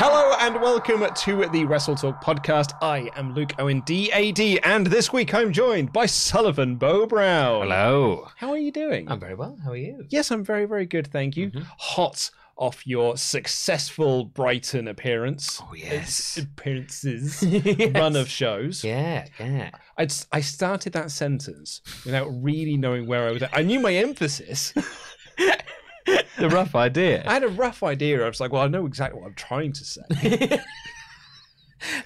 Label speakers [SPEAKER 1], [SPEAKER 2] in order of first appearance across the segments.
[SPEAKER 1] Hello and welcome to the Wrestle Talk podcast. I am Luke Owen, DAD, and this week I'm joined by Sullivan Bow Brown.
[SPEAKER 2] Hello.
[SPEAKER 1] How are you doing?
[SPEAKER 2] I'm Mm-hmm. very well. How are you?
[SPEAKER 1] yes, I'm very, very good, thank you. Hot off your successful Brighton appearance.
[SPEAKER 2] Oh, yes.
[SPEAKER 1] Appearances,
[SPEAKER 2] Yes.
[SPEAKER 1] run of shows.
[SPEAKER 2] Yeah, yeah.
[SPEAKER 1] I, s- I started that sentence without really knowing where I was at. I knew my emphasis.
[SPEAKER 2] The rough
[SPEAKER 1] I
[SPEAKER 2] idea.
[SPEAKER 1] had a rough idea. I was like, well, I know exactly what I'm trying to say.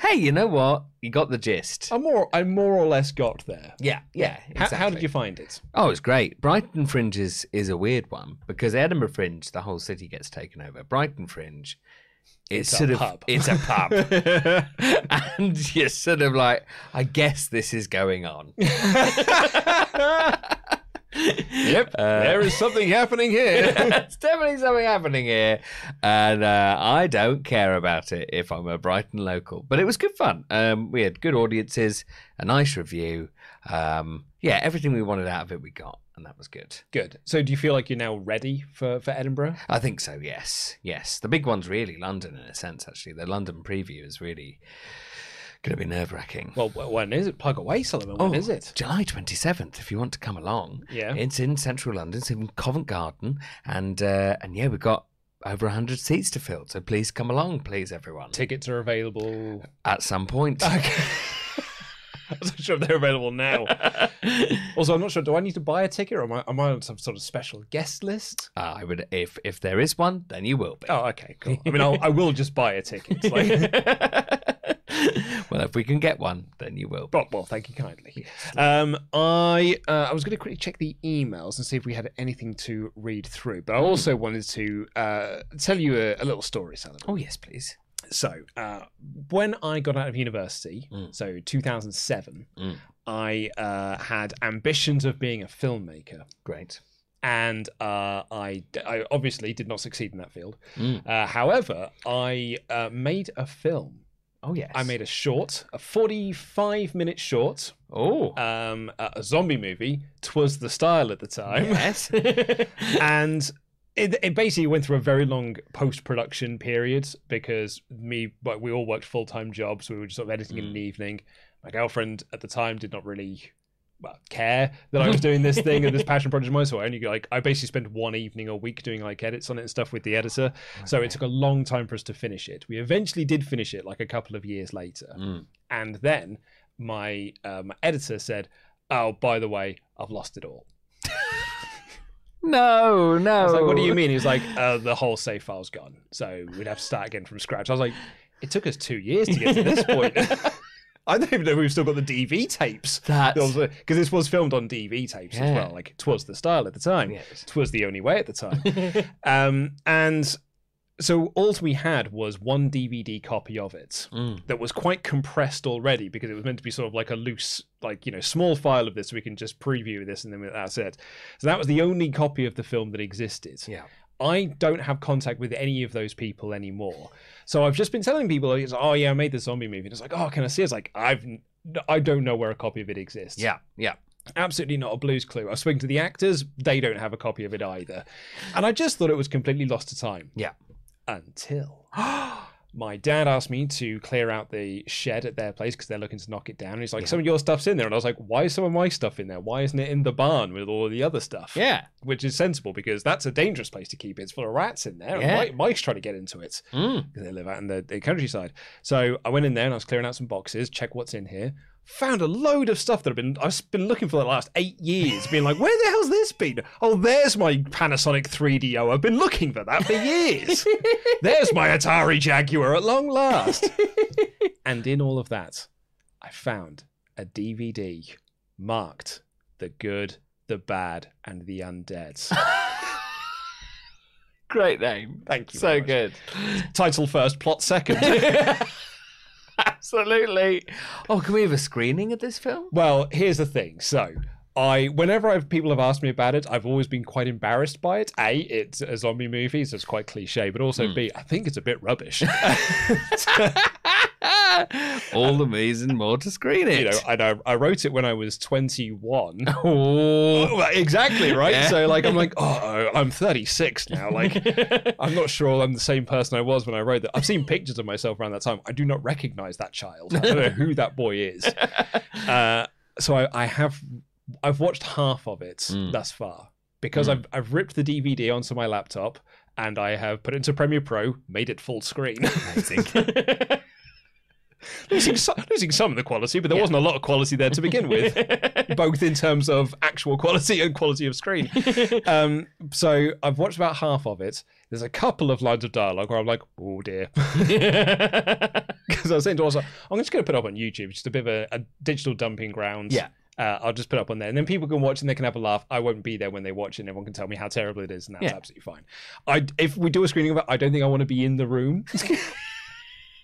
[SPEAKER 2] hey, you know what? You got the gist.
[SPEAKER 1] I more, I more or less got there.
[SPEAKER 2] yeah, yeah.
[SPEAKER 1] How- How,
[SPEAKER 2] exactly.
[SPEAKER 1] did you find it?
[SPEAKER 2] Oh, it's great. Brighton Fringe is, is a weird one because Edinburgh Fringe, the whole city gets taken over. Brighton Fringe,
[SPEAKER 1] It's
[SPEAKER 2] it's,
[SPEAKER 1] a
[SPEAKER 2] sort of
[SPEAKER 1] pub.
[SPEAKER 2] it's a pub, and you're sort of like, I guess this is going on.
[SPEAKER 1] Yep, there is something happening here.
[SPEAKER 2] Uh, There's definitely something happening here, and uh, I don't care about it if I'm a Brighton local. But it was good fun. Um, we had good audiences, a nice review. Um, yeah, everything we wanted out of it, we got, and that was good.
[SPEAKER 1] Good. So, do you feel like you're now ready for, for Edinburgh?
[SPEAKER 2] I think so. Yes, yes. The big one's really London in a sense. Actually, the London preview is really going to be nerve wracking.
[SPEAKER 1] Well, wh- when is it? Plug away, Solomon. When is it?
[SPEAKER 2] July 27th, if you want to come along.
[SPEAKER 1] Yeah.
[SPEAKER 2] It's in central London, it's in Covent Garden. And uh, and yeah, we've got over 100 seats to fill. So please come along, please, everyone.
[SPEAKER 1] Tickets are available.
[SPEAKER 2] At some point.
[SPEAKER 1] Okay. I'm not sure if they're available now. also, I'm not sure. Do I need to buy a ticket or am I, am I on some sort of special guest list?
[SPEAKER 2] Uh, I would, if if there is one, then you will be.
[SPEAKER 1] Oh, okay, cool. I mean, I'll, I will just buy a ticket. Like,
[SPEAKER 2] well, if we can get one, then you will. Be.
[SPEAKER 1] Well, well, thank you kindly. Um, I uh, I was going to quickly check the emails and see if we had anything to read through, but I also wanted to uh, tell you a, a little story, Salomon.
[SPEAKER 2] Oh yes, please.
[SPEAKER 1] So, uh, when I got out of university,
[SPEAKER 2] Mm.
[SPEAKER 1] so 2007,
[SPEAKER 2] Mm.
[SPEAKER 1] I uh, had ambitions of being a filmmaker.
[SPEAKER 2] Great.
[SPEAKER 1] And uh, I, I obviously did not succeed in that field.
[SPEAKER 2] Mm.
[SPEAKER 1] Uh, however, I uh, made a film.
[SPEAKER 2] Oh yes.
[SPEAKER 1] I made a short, a 45 minute short
[SPEAKER 2] Oh.
[SPEAKER 1] um, a a zombie movie. Twas the style at the time,
[SPEAKER 2] yes.
[SPEAKER 1] and it, it basically went through a very long post-production period because me, but we all worked full-time jobs. We were just sort of editing in the evening. My girlfriend at the time did not really well, care that I was doing this thing and this passion project of mine. So I only like I basically spent one evening a week doing like edits on it and stuff with the editor. So it took a long time for us to finish it. We eventually did finish it like a couple of years later.
[SPEAKER 2] Mm.
[SPEAKER 1] And then my um, editor said, "Oh, by the way, I've lost it all."
[SPEAKER 2] No, no.
[SPEAKER 1] I was like, "What do you mean?" He was like, uh, "The whole save file's gone, so we'd have to start again from scratch." I was like, "It took us two years to get to this point." I don't even know if we've still got the DV tapes.
[SPEAKER 2] That's-
[SPEAKER 1] because this was filmed on DV tapes as
[SPEAKER 2] Yeah.
[SPEAKER 1] well. Like, twas the style at the time.
[SPEAKER 2] Yes.
[SPEAKER 1] Twas the only way at the time. um, and so all we had was one DVD copy of it
[SPEAKER 2] Mm.
[SPEAKER 1] that was quite compressed already because it was meant to be sort of like a loose, like you know, small file of this. We can just preview this and then that's it. So that was the only copy of the film that existed.
[SPEAKER 2] Yeah.
[SPEAKER 1] I don't have contact with any of those people anymore. So I've just been telling people, it's, oh yeah, I made the zombie movie. And it's like, oh, can I see? it?" It's like I've I don't know where a copy of it exists.
[SPEAKER 2] Yeah, yeah.
[SPEAKER 1] Absolutely not a blues clue. I was speaking to the actors, they don't have a copy of it either. And I just thought it was completely lost to time.
[SPEAKER 2] Yeah.
[SPEAKER 1] Until my dad asked me to clear out the shed at their place because they're looking to knock it down. And he's like,
[SPEAKER 2] Yeah.
[SPEAKER 1] Some of your stuff's in there. And I was like, Why is some of my stuff in there? Why isn't it in the barn with all the other stuff?
[SPEAKER 2] Yeah.
[SPEAKER 1] Which is sensible because that's a dangerous place to keep it. It's full of rats in there.
[SPEAKER 2] Yeah.
[SPEAKER 1] And Mike, Mike's trying to get into it
[SPEAKER 2] Mm.
[SPEAKER 1] because they live out in the, the countryside. So I went in there and I was clearing out some boxes, check what's in here. Found a load of stuff that I've been I've been looking for the last eight years, being like, where the hell's this been? Oh, there's my Panasonic 3DO. I've been looking for that for years. there's my Atari Jaguar at long last. and in all of that, I found a DVD marked "The Good, the Bad, and the Undead."
[SPEAKER 2] Great name.
[SPEAKER 1] Thank you
[SPEAKER 2] So
[SPEAKER 1] very much.
[SPEAKER 2] good.
[SPEAKER 1] Title first, plot second.
[SPEAKER 2] Absolutely. Oh, can we have a screening of this film?
[SPEAKER 1] Well, here's the thing. So, I whenever I've, people have asked me about it, I've always been quite embarrassed by it. A, it's a zombie movie, so it's quite cliche, but also B, I think it's a bit rubbish.
[SPEAKER 2] All the reason more to screen it.
[SPEAKER 1] you know, and I, I wrote it when I was 21.
[SPEAKER 2] Oh.
[SPEAKER 1] Well, exactly right.
[SPEAKER 2] Yeah.
[SPEAKER 1] So like I'm like oh I'm 36 now. Like I'm not sure I'm the same person I was when I wrote that. I've seen pictures of myself around that time. I do not recognize that child. I don't know who that boy is. Uh, so I, I have I've watched half of it
[SPEAKER 2] Mm.
[SPEAKER 1] thus far because I've I've ripped the DVD onto my laptop and I have put it into Premiere Pro, made it full screen. losing, so, losing some of the quality, but there wasn't a lot of quality there to begin with, both in terms of actual quality and quality of screen. Um, so I've watched about half of it. There's a couple of lines of dialogue where I'm like, oh dear. Because I was saying to myself, I'm just going to put it up on YouTube, just a bit of a, a digital dumping ground.
[SPEAKER 2] Yeah.
[SPEAKER 1] Uh, I'll just put it up on there, and then people can watch and they can have a laugh. I won't be there when they watch, and everyone can tell me how terrible it is, and that's
[SPEAKER 2] Yeah.
[SPEAKER 1] absolutely fine. I if we do a screening of it, I don't think I want to be in the room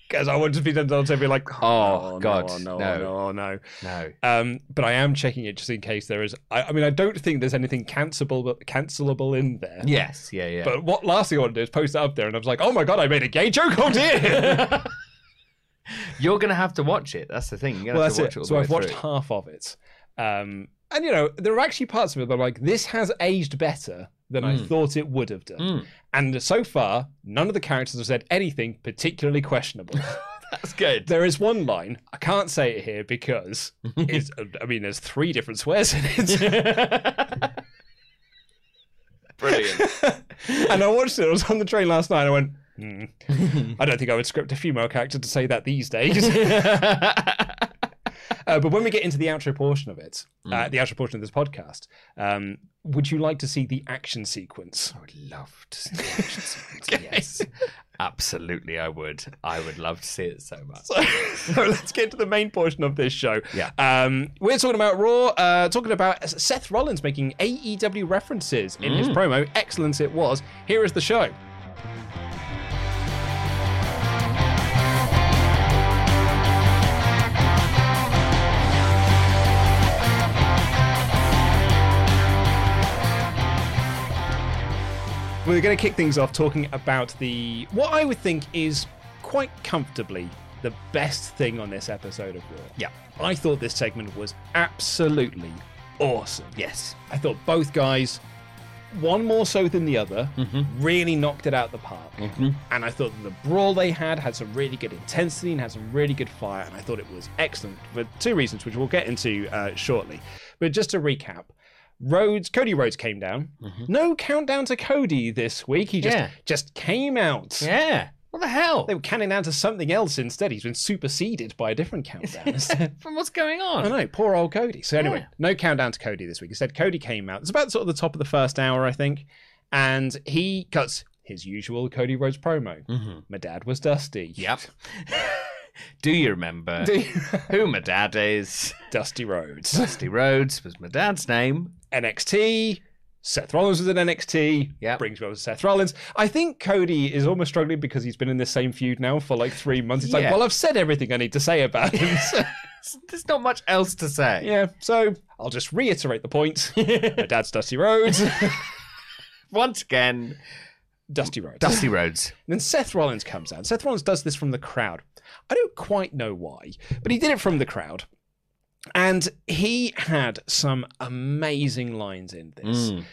[SPEAKER 1] because I want to be done to be like,
[SPEAKER 2] Oh,
[SPEAKER 1] no,
[SPEAKER 2] God,
[SPEAKER 1] no, no,
[SPEAKER 2] no.
[SPEAKER 1] no, no.
[SPEAKER 2] no.
[SPEAKER 1] Um, but I am checking it just in case there is. I, I mean, I don't think there's anything cancelable, cancelable in there.
[SPEAKER 2] Yes. Yeah. Yeah.
[SPEAKER 1] But what last thing I want to do is post it up there, and I was like, oh my god, I made a gay joke. Oh dear.
[SPEAKER 2] You're gonna have to watch it. That's the thing. You're gonna
[SPEAKER 1] well,
[SPEAKER 2] have
[SPEAKER 1] that's
[SPEAKER 2] to watch
[SPEAKER 1] it.
[SPEAKER 2] it.
[SPEAKER 1] so
[SPEAKER 2] all the way
[SPEAKER 1] I've watched
[SPEAKER 2] through.
[SPEAKER 1] half of it, um, and you know there are actually parts of it that I'm like, this has aged better than
[SPEAKER 2] Hmm.
[SPEAKER 1] I thought it would have done. And so far, none of the characters have said anything particularly questionable.
[SPEAKER 2] That's good.
[SPEAKER 1] there is one line I can't say it here because it's. I mean, there's three different swears in it.
[SPEAKER 2] Brilliant.
[SPEAKER 1] and I watched it. I was on the train last night. And I went. Hmm. I don't think I would script a female character to say that these days. Uh, but when we get into the outro portion of it, uh, the outro portion of this podcast, um, would you like to see the action sequence?
[SPEAKER 2] I would love to see the action sequence. Yes. Absolutely, I would. I would love to see it so much.
[SPEAKER 1] So, so let's get to the main portion of this show.
[SPEAKER 2] Yeah.
[SPEAKER 1] Um, we're talking about Raw, uh, talking about Seth Rollins making AEW references in his promo. Excellent it was. Here is the show. We're going to kick things off talking about the what I would think is quite comfortably the best thing on this episode of Raw.
[SPEAKER 2] Yeah.
[SPEAKER 1] I thought this segment was absolutely awesome.
[SPEAKER 2] Yes.
[SPEAKER 1] I thought both guys, one more so than the other,
[SPEAKER 2] Mm-hmm.
[SPEAKER 1] really knocked it out of the park. And I thought the brawl they had had some really good intensity and had some really good fire. And I thought it was excellent for two reasons, which we'll get into uh, shortly. But just to recap. Rhodes, Cody Rhodes came down. No countdown to Cody this week. He just
[SPEAKER 2] Mm-hmm. Yeah.
[SPEAKER 1] just came out.
[SPEAKER 2] Yeah. What the hell?
[SPEAKER 1] They were counting down to something else instead. He's been superseded by a different countdown.
[SPEAKER 2] From what's going
[SPEAKER 1] I
[SPEAKER 2] on?
[SPEAKER 1] know, poor old Cody. So anyway,
[SPEAKER 2] Yeah.
[SPEAKER 1] no countdown to Cody this week. Instead, Cody came out. It's about sort of the top of the first hour, I think, and he cuts his usual Cody Rhodes promo. My dad was Dusty.
[SPEAKER 2] Mm-hmm. Yep. Do you remember who my dad is?
[SPEAKER 1] Dusty Rhodes.
[SPEAKER 2] Dusty Rhodes was my dad's name.
[SPEAKER 1] NXT. Seth Rollins was in NXT.
[SPEAKER 2] Yep.
[SPEAKER 1] brings me over to Seth Rollins. I think Cody is almost struggling because he's been in this same feud now for like three months. It's
[SPEAKER 2] Yeah.
[SPEAKER 1] like, well, I've said everything I need to say about him. So-
[SPEAKER 2] There's not much else to say.
[SPEAKER 1] yeah, so I'll just reiterate the point. My dad's Dusty Rhodes.
[SPEAKER 2] Once again,
[SPEAKER 1] Dusty Rhodes.
[SPEAKER 2] Dusty Rhodes.
[SPEAKER 1] And then Seth Rollins comes out. Seth Rollins does this from the crowd. I don't quite know why, but he did it from the crowd. And he had some amazing lines in this.
[SPEAKER 2] Mm.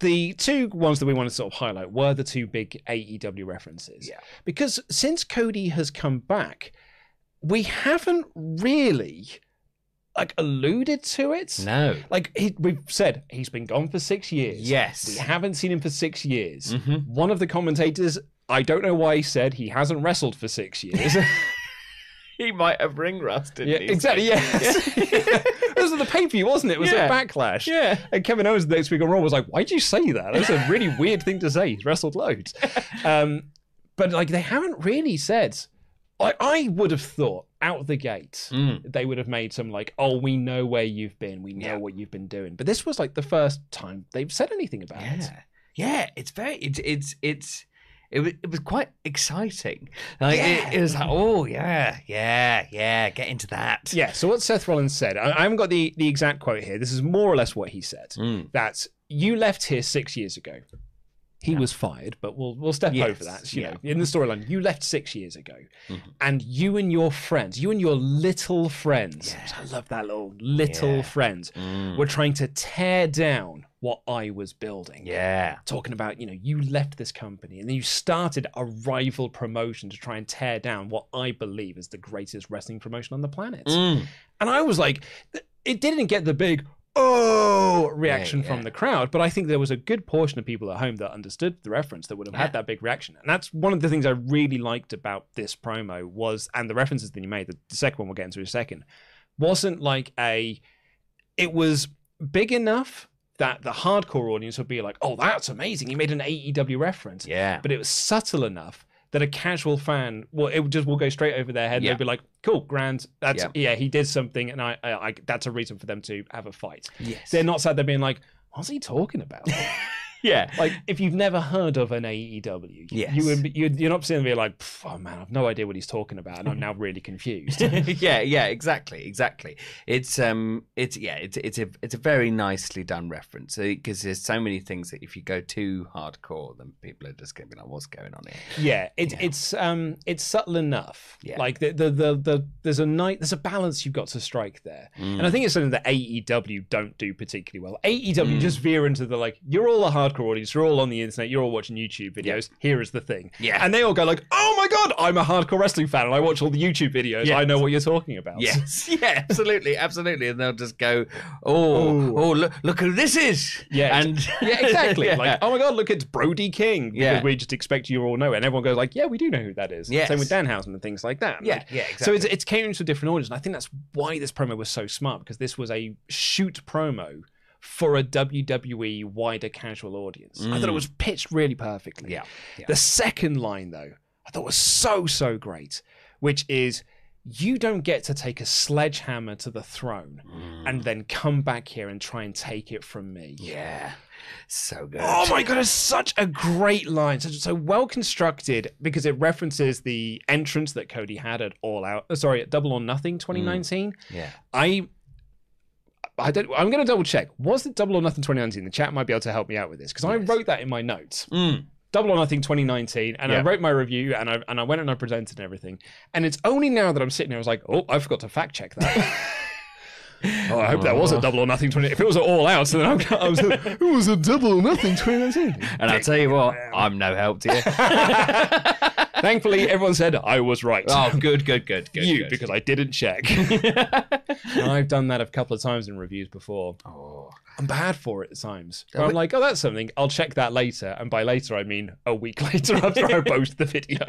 [SPEAKER 1] The two ones that we want to sort of highlight were the two big AEW references.
[SPEAKER 2] Yeah.
[SPEAKER 1] Because since Cody has come back, we haven't really like alluded to it.
[SPEAKER 2] No.
[SPEAKER 1] Like he, we've said, he's been gone for six years.
[SPEAKER 2] Yes.
[SPEAKER 1] We haven't seen him for six years.
[SPEAKER 2] Mhm.
[SPEAKER 1] One of the commentators, I don't know why, he said he hasn't wrestled for six years.
[SPEAKER 2] He might have ring rusted.
[SPEAKER 1] yeah, exactly. Yes. it was at the pay per view, wasn't it? It was
[SPEAKER 2] Yeah.
[SPEAKER 1] at Backlash.
[SPEAKER 2] Yeah.
[SPEAKER 1] And Kevin Owens next week on Raw was like, "Why'd you say that? That's a really weird thing to say. He's wrestled loads." Um, but like, they haven't really said. I, I would have thought out the gate
[SPEAKER 2] Mm.
[SPEAKER 1] they would have made some like, "Oh, we know where you've been. We know
[SPEAKER 2] Yeah.
[SPEAKER 1] what you've been doing." But this was like the first time they've said anything about it.
[SPEAKER 2] Yeah, yeah. It's very. It's it's it's. It was, it was quite exciting. Like it, it was like, oh yeah, yeah, yeah. Get into that.
[SPEAKER 1] Yeah. So what Seth Rollins said, I, I haven't got the the exact quote here. This is more or less what he said.
[SPEAKER 2] Mm.
[SPEAKER 1] That you left here six years ago. He was fired, but we'll we'll step
[SPEAKER 2] Yes,
[SPEAKER 1] over that. You
[SPEAKER 2] yeah. Mm-hmm.
[SPEAKER 1] know, in the storyline, you left six years ago, and you and your friends, you and your little friends, I love that little little
[SPEAKER 2] Yeah.
[SPEAKER 1] friends,
[SPEAKER 2] Mm.
[SPEAKER 1] were trying to tear down what I was building
[SPEAKER 2] Yeah.
[SPEAKER 1] talking about you know you left this company and then you started a rival promotion to try and tear down what i believe is the greatest wrestling promotion on the planet
[SPEAKER 2] Mm.
[SPEAKER 1] and i was like th- it didn't get the big oh reaction
[SPEAKER 2] yeah.
[SPEAKER 1] from the crowd but i think there was a good portion of people at home that understood the reference that would have
[SPEAKER 2] Yeah.
[SPEAKER 1] had that big reaction and that's one of the things i really liked about this promo was and the references that you made the, the second one we'll get into in a second wasn't like a it was big enough that the hardcore audience would be like, "Oh, that's amazing! He made an AEW reference."
[SPEAKER 2] Yeah.
[SPEAKER 1] But it was subtle enough that a casual fan, well, it would just will go straight over their head.
[SPEAKER 2] Yeah.
[SPEAKER 1] They'd be like, "Cool, grand. That's yeah. he did something, and I, I, I, that's a reason for them to have a fight."
[SPEAKER 2] Yes.
[SPEAKER 1] They're not sad. They're being like, "What's he talking about?"
[SPEAKER 2] yeah.
[SPEAKER 1] like, if you've never heard of an AEW,
[SPEAKER 2] Yes.
[SPEAKER 1] you would, be- you'd, you're not sitting there being like, "Pff, "Oh man, I've no idea what he's talking about," and I'm now really confused.
[SPEAKER 2] yeah, yeah, exactly, exactly. It's um, it's yeah, it's it's a it's a very nicely done reference because there's so many things that if you go too hardcore, then people are just gonna be like, "What's going on here?"
[SPEAKER 1] yeah, it,
[SPEAKER 2] Yeah.
[SPEAKER 1] it's um, it's subtle enough.
[SPEAKER 2] Yeah.
[SPEAKER 1] Like the, the the the there's a night there's a balance you've got to strike there,
[SPEAKER 2] Mm.
[SPEAKER 1] and I think it's something that AEW don't do particularly well.
[SPEAKER 2] Mm.
[SPEAKER 1] AEW just veer into the like you're all a hardcore audience, you're all on the internet, you're all watching YouTube videos. Here is the thing,
[SPEAKER 2] Yeah.
[SPEAKER 1] and they all go like, oh my god, I'm a hardcore wrestling fan, and I watch all the YouTube videos.
[SPEAKER 2] Yes.
[SPEAKER 1] I know what you're talking about.
[SPEAKER 2] Yes, yeah, absolutely, absolutely, and they'll just go, "Oh,
[SPEAKER 1] Ooh.
[SPEAKER 2] oh, look, look who this is!"
[SPEAKER 1] Yeah,
[SPEAKER 2] and
[SPEAKER 1] Yeah, exactly.
[SPEAKER 2] Yeah.
[SPEAKER 1] Like, oh my god, look, it's Brody King. Because
[SPEAKER 2] Yeah.
[SPEAKER 1] we just expect you all know it. And everyone goes like, yeah, we do know who that is.
[SPEAKER 2] Yes.
[SPEAKER 1] Same with Danhausen and things like that.
[SPEAKER 2] Yeah,
[SPEAKER 1] Like,
[SPEAKER 2] yeah,
[SPEAKER 1] So
[SPEAKER 2] exactly.
[SPEAKER 1] it's, it's catering to a different audience. And I think that's why this promo was so smart because this was a shoot promo for a WWE wider casual audience. I thought it was pitched really perfectly.
[SPEAKER 2] Mm. Yeah, yeah.
[SPEAKER 1] The second line, though, I thought was so, so great, which is you don't get to take a sledgehammer to the throne and then come back here and try and take it from me.
[SPEAKER 2] Mm. yeah, so good.
[SPEAKER 1] Oh my god, it's such a great line, such so well constructed because it references the entrance that Cody had at All Out. uh, Sorry, at Double or Nothing 2019.
[SPEAKER 2] yeah,
[SPEAKER 1] I. I don't, I'm going to double check. Was it Double or Nothing 2019? The chat might be able to help me out with this because I wrote that in my notes.
[SPEAKER 2] Mm.
[SPEAKER 1] Double or Nothing 2019, and I
[SPEAKER 2] Yeah.
[SPEAKER 1] wrote my review and I and I went and I presented and everything. And it's only now that I'm sitting here, I was like, oh, I forgot to fact check that. oh, I hope that was a Double or Nothing 20. If it was at All Out, then I'm, I was like, it was a Double or Nothing 2019.
[SPEAKER 2] and I'll tell you what, I'm no help to you.
[SPEAKER 1] Thankfully, everyone said I was right.
[SPEAKER 2] oh, good, good, good, good.
[SPEAKER 1] you,
[SPEAKER 2] good.
[SPEAKER 1] because I didn't check. And I've done that a couple of times in reviews before.
[SPEAKER 2] Oh.
[SPEAKER 1] I'm bad for it at times. Where I'm like, oh, that's something. I'll check that later. And by later, I mean a week later after I post the video.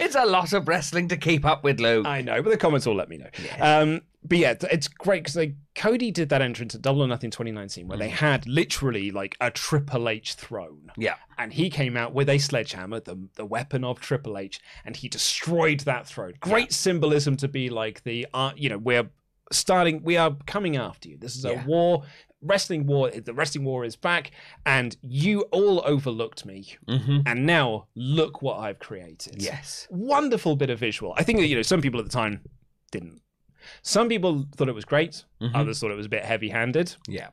[SPEAKER 2] It's a lot of wrestling to keep up with, Luke.
[SPEAKER 1] I know, but the comments will let me know. Um, but yeah, th- it's great because like Cody did that entrance at Double or Nothing 2019 where they had literally like a Triple H throne.
[SPEAKER 2] yeah.
[SPEAKER 1] and he came out with a sledgehammer, the, the weapon of Triple H, and he destroyed that throne. Great symbolism to be like the, uh, you know, we're starting, we are coming after you. This is a
[SPEAKER 2] Yeah.
[SPEAKER 1] war, wrestling war. The wrestling war is back, and you all overlooked me,
[SPEAKER 2] Mm-hmm.
[SPEAKER 1] and now look what I've created.
[SPEAKER 2] Yes.
[SPEAKER 1] wonderful bit of visual. I think that you know some people at the time
[SPEAKER 2] Mm-hmm.
[SPEAKER 1] didn't. Some people thought it was great. Others thought it was a bit heavy-handed.
[SPEAKER 2] Yeah.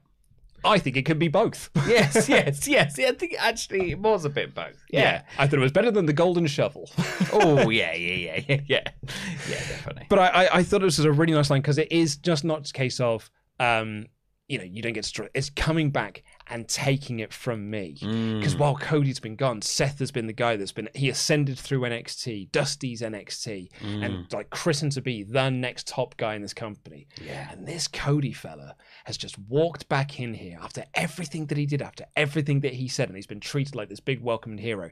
[SPEAKER 1] I think it could be both.
[SPEAKER 2] yes, yes, yes. Yeah, I think actually it was a bit both. Yeah.
[SPEAKER 1] I thought it was better than the golden shovel.
[SPEAKER 2] oh, yeah, yeah, yeah, yeah, yeah. Yeah, definitely.
[SPEAKER 1] but I, I, I thought it was a really nice line because it is just not a case of, um, you know, you don't get destroyed. It's coming back and taking it from me. Because while Cody's been gone, Seth has been the guy that's been, he ascended through NXT, Dusty's NXT, and like christened to be the next top guy in this company. Yeah. And this Cody fella has just walked back in here after everything that he did, after everything that he said, and he's been treated like this big welcomed hero.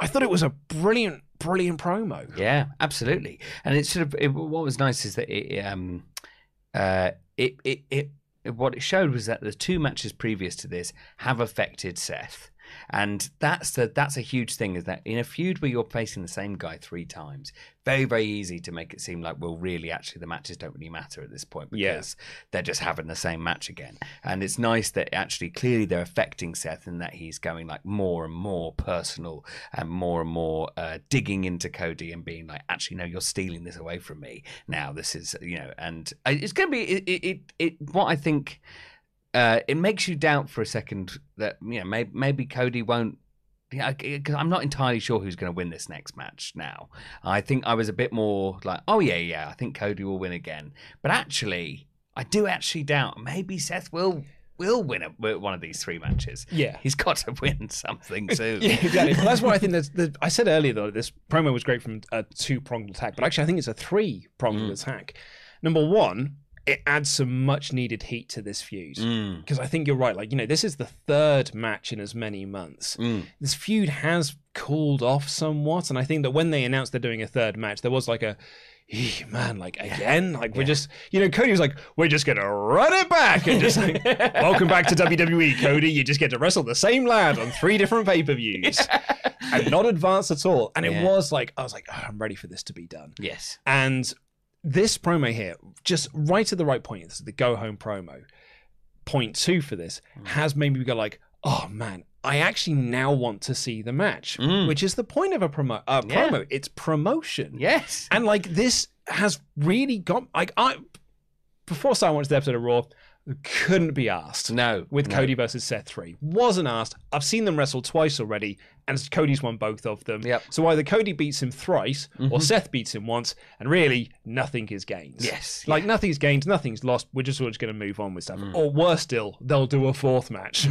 [SPEAKER 1] I thought it was a brilliant, brilliant promo.
[SPEAKER 2] Yeah, absolutely. And it's sort of it, what was nice is that it um uh it it it what it showed was that the two matches previous to this have affected Seth. And that's the that's a huge thing is that in a feud where you're facing the same guy three times, very very easy to make it seem like well really actually the matches don't really matter at this point because
[SPEAKER 1] Yeah.
[SPEAKER 2] they're just having the same match again. And it's nice that actually clearly they're affecting Seth and that he's going like more and more personal and more and more uh, digging into Cody and being like, actually, no, you're stealing this away from me now. This is you know, and I- it's going to be it, it, it, it. What I think uh, it makes you doubt for a second that you know maybe, maybe Cody won't. Yeah, because I'm not entirely sure who's going to win this next match now. I think I was a bit more like, oh yeah, yeah, I think Cody will win again. But actually, I do actually doubt maybe Seth will will win a, one of these three matches.
[SPEAKER 1] Yeah.
[SPEAKER 2] he's got to win something soon.
[SPEAKER 1] Yeah, exactly. Well, that's why I think there's, there's, I said earlier though this promo was great from a two pronged attack, but actually I think it's a three pronged attack. Number one, it adds some much needed heat to this feud because I think you're right. Like you know, this is the third match in as many months. This feud has cooled off somewhat, and I think that when they announced they're doing a third match, there was like a. "Eeh, Man, like again, like we're just, you know, Cody was like, we're just gonna run it back and just like, welcome back to WWE, Cody. You just get to wrestle the same lad on three different pay per views and not advanced at all. And
[SPEAKER 2] Yeah.
[SPEAKER 1] it was like, I was like, "Oh, I'm ready for this to be done.
[SPEAKER 2] Yes.
[SPEAKER 1] And this promo here, just right at the right point, this is the go home promo, point two for this,
[SPEAKER 2] Mm.
[SPEAKER 1] has made me go like, oh man, I actually now want to see the match, which is the point of a promo. Uh,
[SPEAKER 2] Mm. Yeah.
[SPEAKER 1] promo. It's promotion.
[SPEAKER 2] Yes.
[SPEAKER 1] And like this has really got like I before I watched the episode of Raw, couldn't be asked.
[SPEAKER 2] No,
[SPEAKER 1] With
[SPEAKER 2] no.
[SPEAKER 1] Cody versus Seth three. Wasn't asked. I've seen them wrestle twice already, and Cody's won both of them.
[SPEAKER 2] Yep. Mm-hmm.
[SPEAKER 1] So either Cody beats him thrice or Seth beats him once, and really nothing is gained.
[SPEAKER 2] Yes, Mm.
[SPEAKER 1] Like nothing's gained, nothing's lost. We're just, we're just gonna move on with stuff. Or worse still, they'll do a fourth match.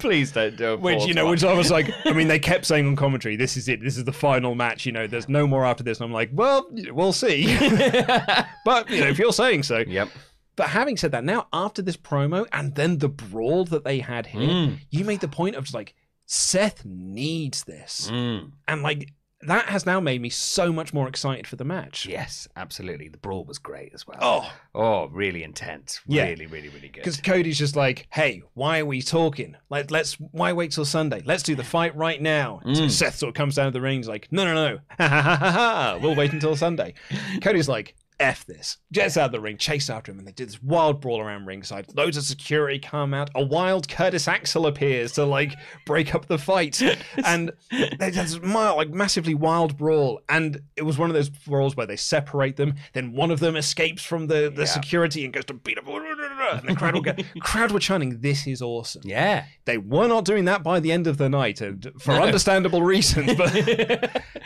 [SPEAKER 2] Please don't do a
[SPEAKER 1] Which you know, which I was like, I mean, they kept saying on commentary, "This is it. This is the final match. You know, there's no more after this." And I'm like, "Well, we'll see." but you know, if you're saying so,
[SPEAKER 2] Yep.
[SPEAKER 1] But having said that, now after this promo and then the brawl that they had here, you made the point of just like Seth needs this, and like that has now made me so much more excited for the match.
[SPEAKER 2] Yes, absolutely. The brawl was great as well.
[SPEAKER 1] Oh,
[SPEAKER 2] oh, really intense.
[SPEAKER 1] Yeah.
[SPEAKER 2] Really, really, really good.
[SPEAKER 1] Because Cody's just like, hey, why are we talking? Like, let's why wait till Sunday? Let's do the fight right now.
[SPEAKER 2] Mm.
[SPEAKER 1] So Seth sort of comes down to the ring, he's like, no, no, no, ha ha ha ha, ha, we'll wait until Sunday. Cody's like, f this, jets out of the ring, chase after him, and they do this wild brawl around ringside. Loads of security come out. A wild Curtis Axel appears to like break up the fight, and there's this mild, like massively wild brawl. And it was one of those brawls where they separate them, then one of them escapes from the the
[SPEAKER 2] Yeah.
[SPEAKER 1] security and goes to beat up, and the crowd will go, crowd were chanting, "This is awesome."
[SPEAKER 2] Yeah.
[SPEAKER 1] They were not doing that by the end of the night, and for understandable reasons. But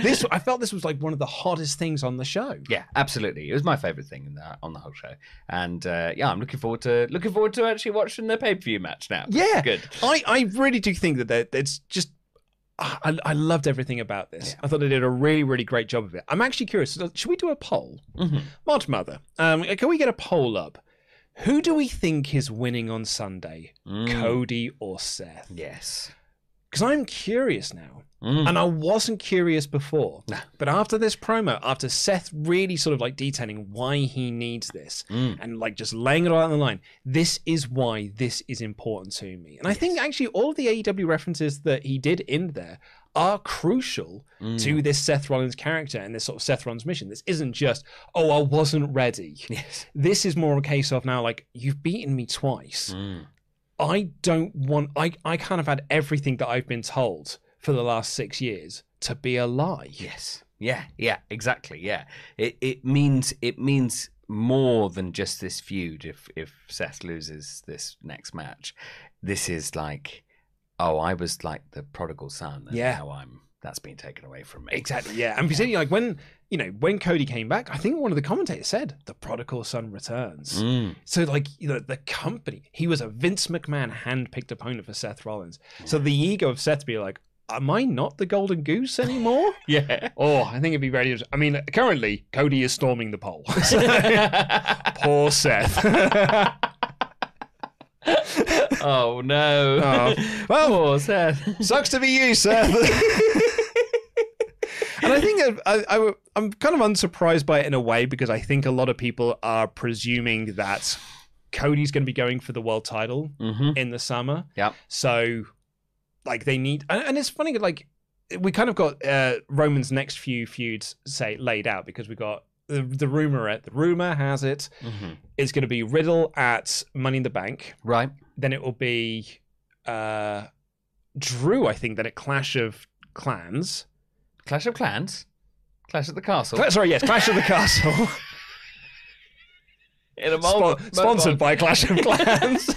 [SPEAKER 1] this, I felt this was like one of the hottest things on the show.
[SPEAKER 2] Yeah, absolutely. It was my favorite thing in the, on the whole show, and uh, yeah, I'm looking forward to looking forward to actually watching the pay per view match now.
[SPEAKER 1] Yeah,
[SPEAKER 2] good.
[SPEAKER 1] I, I really do think that that it's just. I, I loved everything about this. I thought they did a really, really great job of it. I'm actually curious. Should we do a poll? Mm-hmm. Mod Mother, um, can we get a poll up? Who do we think is winning on Sunday,
[SPEAKER 2] Mm.
[SPEAKER 1] Cody or Seth?
[SPEAKER 2] Yes.
[SPEAKER 1] Because I'm curious now. And I wasn't curious before. But after this promo, after Seth really sort of like detailing why he needs this and like just laying it all out on the line, this is why this is important to me. And I think actually all of the AEW references that he did in there are crucial to this Seth Rollins character and this sort of Seth Rollins mission. This isn't just, oh, I wasn't ready.
[SPEAKER 2] Yes.
[SPEAKER 1] This is more a case of now, like, you've beaten me twice.
[SPEAKER 2] Mm.
[SPEAKER 1] I don't want I I kind of had everything that I've been told for the last 6 years to be a lie.
[SPEAKER 2] Yes. Yeah. Yeah. Exactly. Yeah. It it means it means more than just this feud. If if Seth loses this next match, this is like, oh, I was like the prodigal son. And
[SPEAKER 1] Yeah.
[SPEAKER 2] now I'm that's been taken away from me.
[SPEAKER 1] Exactly. Yeah, and particularly like when you know when Cody came back, I think one of the commentators said the prodigal son returns.
[SPEAKER 2] Mm.
[SPEAKER 1] So like you know, the company, he was a Vince McMahon handpicked opponent for Seth Rollins. So the ego of Seth to be like, am I not the golden goose anymore?
[SPEAKER 2] Yeah.
[SPEAKER 1] oh, I think it'd be very. I mean, currently Cody is storming the poll. Poor Seth.
[SPEAKER 2] oh no.
[SPEAKER 1] Oh.
[SPEAKER 2] Well, Poor Seth.
[SPEAKER 1] Sucks to be you, Seth. and I think I, I, am kind of unsurprised by it in a way because I think a lot of people are presuming that Cody's going to be going for the world title
[SPEAKER 2] Mm-hmm.
[SPEAKER 1] in the summer.
[SPEAKER 2] Yep.
[SPEAKER 1] So, like, they need, and, and it's funny, like, we kind of got uh, Roman's next few feuds say laid out because we got the, the rumor. The rumor has it
[SPEAKER 2] Mm-hmm.
[SPEAKER 1] is going to be Riddle at Money in the Bank
[SPEAKER 2] Right.
[SPEAKER 1] then it will be uh Drew, I think, then at Clash of Clans.
[SPEAKER 2] Clash of Clans. Clash at the Castle.
[SPEAKER 1] Cla- sorry, yes, Clash of the Castle.
[SPEAKER 2] in a
[SPEAKER 1] Spon-
[SPEAKER 2] moment.
[SPEAKER 1] sponsored by Clash of Clans.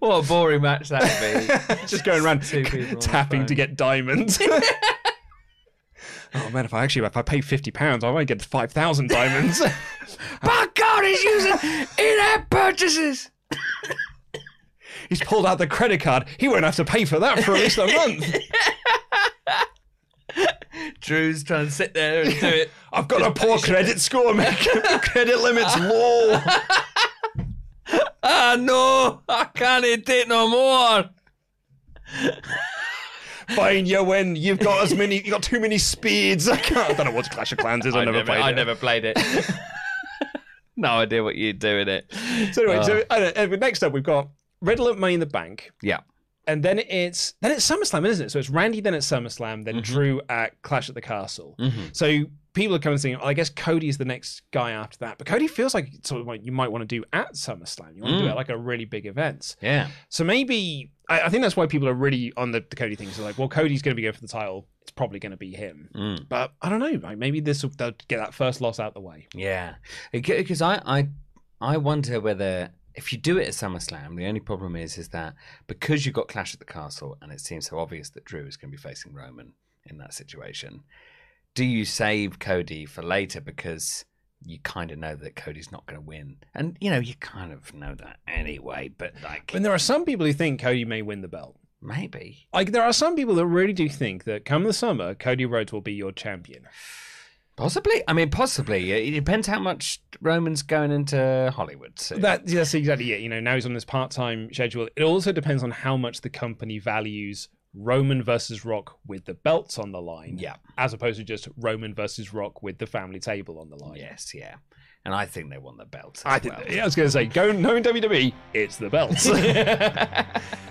[SPEAKER 2] What a boring match that would be.
[SPEAKER 1] Just going around
[SPEAKER 2] Two people on the
[SPEAKER 1] tapping to
[SPEAKER 2] phone.
[SPEAKER 1] get diamonds. oh man, if I actually if I pay fifty pounds, I might get five thousand diamonds.
[SPEAKER 2] But God, he's using in-app purchases.
[SPEAKER 1] He's pulled out the credit card. He won't have to pay for that for at least a month.
[SPEAKER 2] Drew's trying to sit there and do it.
[SPEAKER 1] I've got a poor credit score, man. credit limit's low.
[SPEAKER 2] Ah no, I can't eat it no more.
[SPEAKER 1] Fine, you win. You've got as many. You got too many speeds. I can't. I don't know what Clash of Clans is. I,
[SPEAKER 2] I
[SPEAKER 1] never, played
[SPEAKER 2] I
[SPEAKER 1] it.
[SPEAKER 2] never played it. no idea what you do in it.
[SPEAKER 1] So anyway,
[SPEAKER 2] Oh,
[SPEAKER 1] so I don't, anyway, next up we've got Riddle at Money in the Bank,
[SPEAKER 2] yeah,
[SPEAKER 1] and then it's then it's SummerSlam, isn't it? So it's Randy, then it's SummerSlam, then
[SPEAKER 2] Mm-hmm.
[SPEAKER 1] Drew at Clash at the Castle. So people are coming saying, "Oh, I guess Cody's the next guy after that, but Cody feels like it's sort of like you might want to do at SummerSlam. You want to do
[SPEAKER 2] Mm.
[SPEAKER 1] it at like a really big event.
[SPEAKER 2] yeah.
[SPEAKER 1] So maybe I, I think that's why people are really on the, the Cody thing. So like, well, Cody's going to be going for the title. It's probably going to be him.
[SPEAKER 2] Mm.
[SPEAKER 1] But I don't know. Like maybe this will they'll get that first loss out the way.
[SPEAKER 2] Yeah, because I, I, I wonder whether if you do it at SummerSlam, the only problem is is that because you've got Clash at the Castle, and it seems so obvious that Drew is going to be facing Roman in that situation. Do you save Cody for later because you kind of know that Cody's not going to win, and you know you kind of know that anyway. But like,
[SPEAKER 1] And there are some people who think Cody may win the belt.
[SPEAKER 2] maybe
[SPEAKER 1] Like there are some people that really do think that come the summer, Cody Rhodes will be your champion.
[SPEAKER 2] Possibly. I mean, possibly. It depends how much Roman's going into Hollywood. So.
[SPEAKER 1] That that's exactly it. You know, now he's on this part-time schedule. It also depends on how much the company values Roman versus Rock with the belts on the line,
[SPEAKER 2] Yeah.
[SPEAKER 1] as opposed to just Roman versus Rock with the family table on the line.
[SPEAKER 2] yes, yeah. And I think they won the belt. As
[SPEAKER 1] I think.
[SPEAKER 2] well.
[SPEAKER 1] yeah, I was going to say, go no in WWE, it's the belts.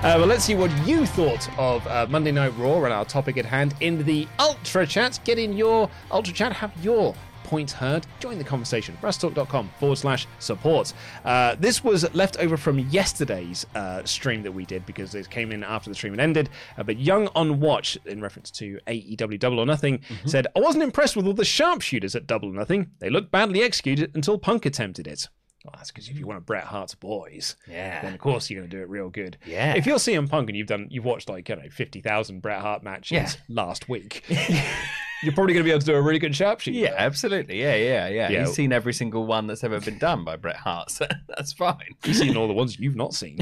[SPEAKER 1] Uh, well, let's see what you thought of uh, Monday Night Raw and our topic at hand in the Ultra Chat. Get in your Ultra Chat, have your points heard. Join the conversation. Rusttalk.com forward slash support. Uh, this was left over from yesterday's uh, stream that we did because it came in after the stream had ended. Uh, but Young on Watch, in reference to AEW Double or Nothing,
[SPEAKER 2] Mm-hmm.
[SPEAKER 1] said, I wasn't impressed with all the sharpshooters at Double or Nothing. They looked badly executed until Punk attempted it. Well, that's because if you want a Bret Hart's boys,
[SPEAKER 2] Yeah.
[SPEAKER 1] then of course you're going to do it real good.
[SPEAKER 2] Yeah.
[SPEAKER 1] If you're CM Punk and you've done, you've watched like I don't know fifty thousand Bret Hart matches
[SPEAKER 2] Yeah.
[SPEAKER 1] last week, you're probably going to be able to do a really good sharpshooter.
[SPEAKER 2] Yeah, absolutely. Yeah, yeah, yeah.
[SPEAKER 1] Yeah.
[SPEAKER 2] He's seen every single one that's ever been done by Bret Hart, so that's fine.
[SPEAKER 1] You've seen all the ones you've not seen.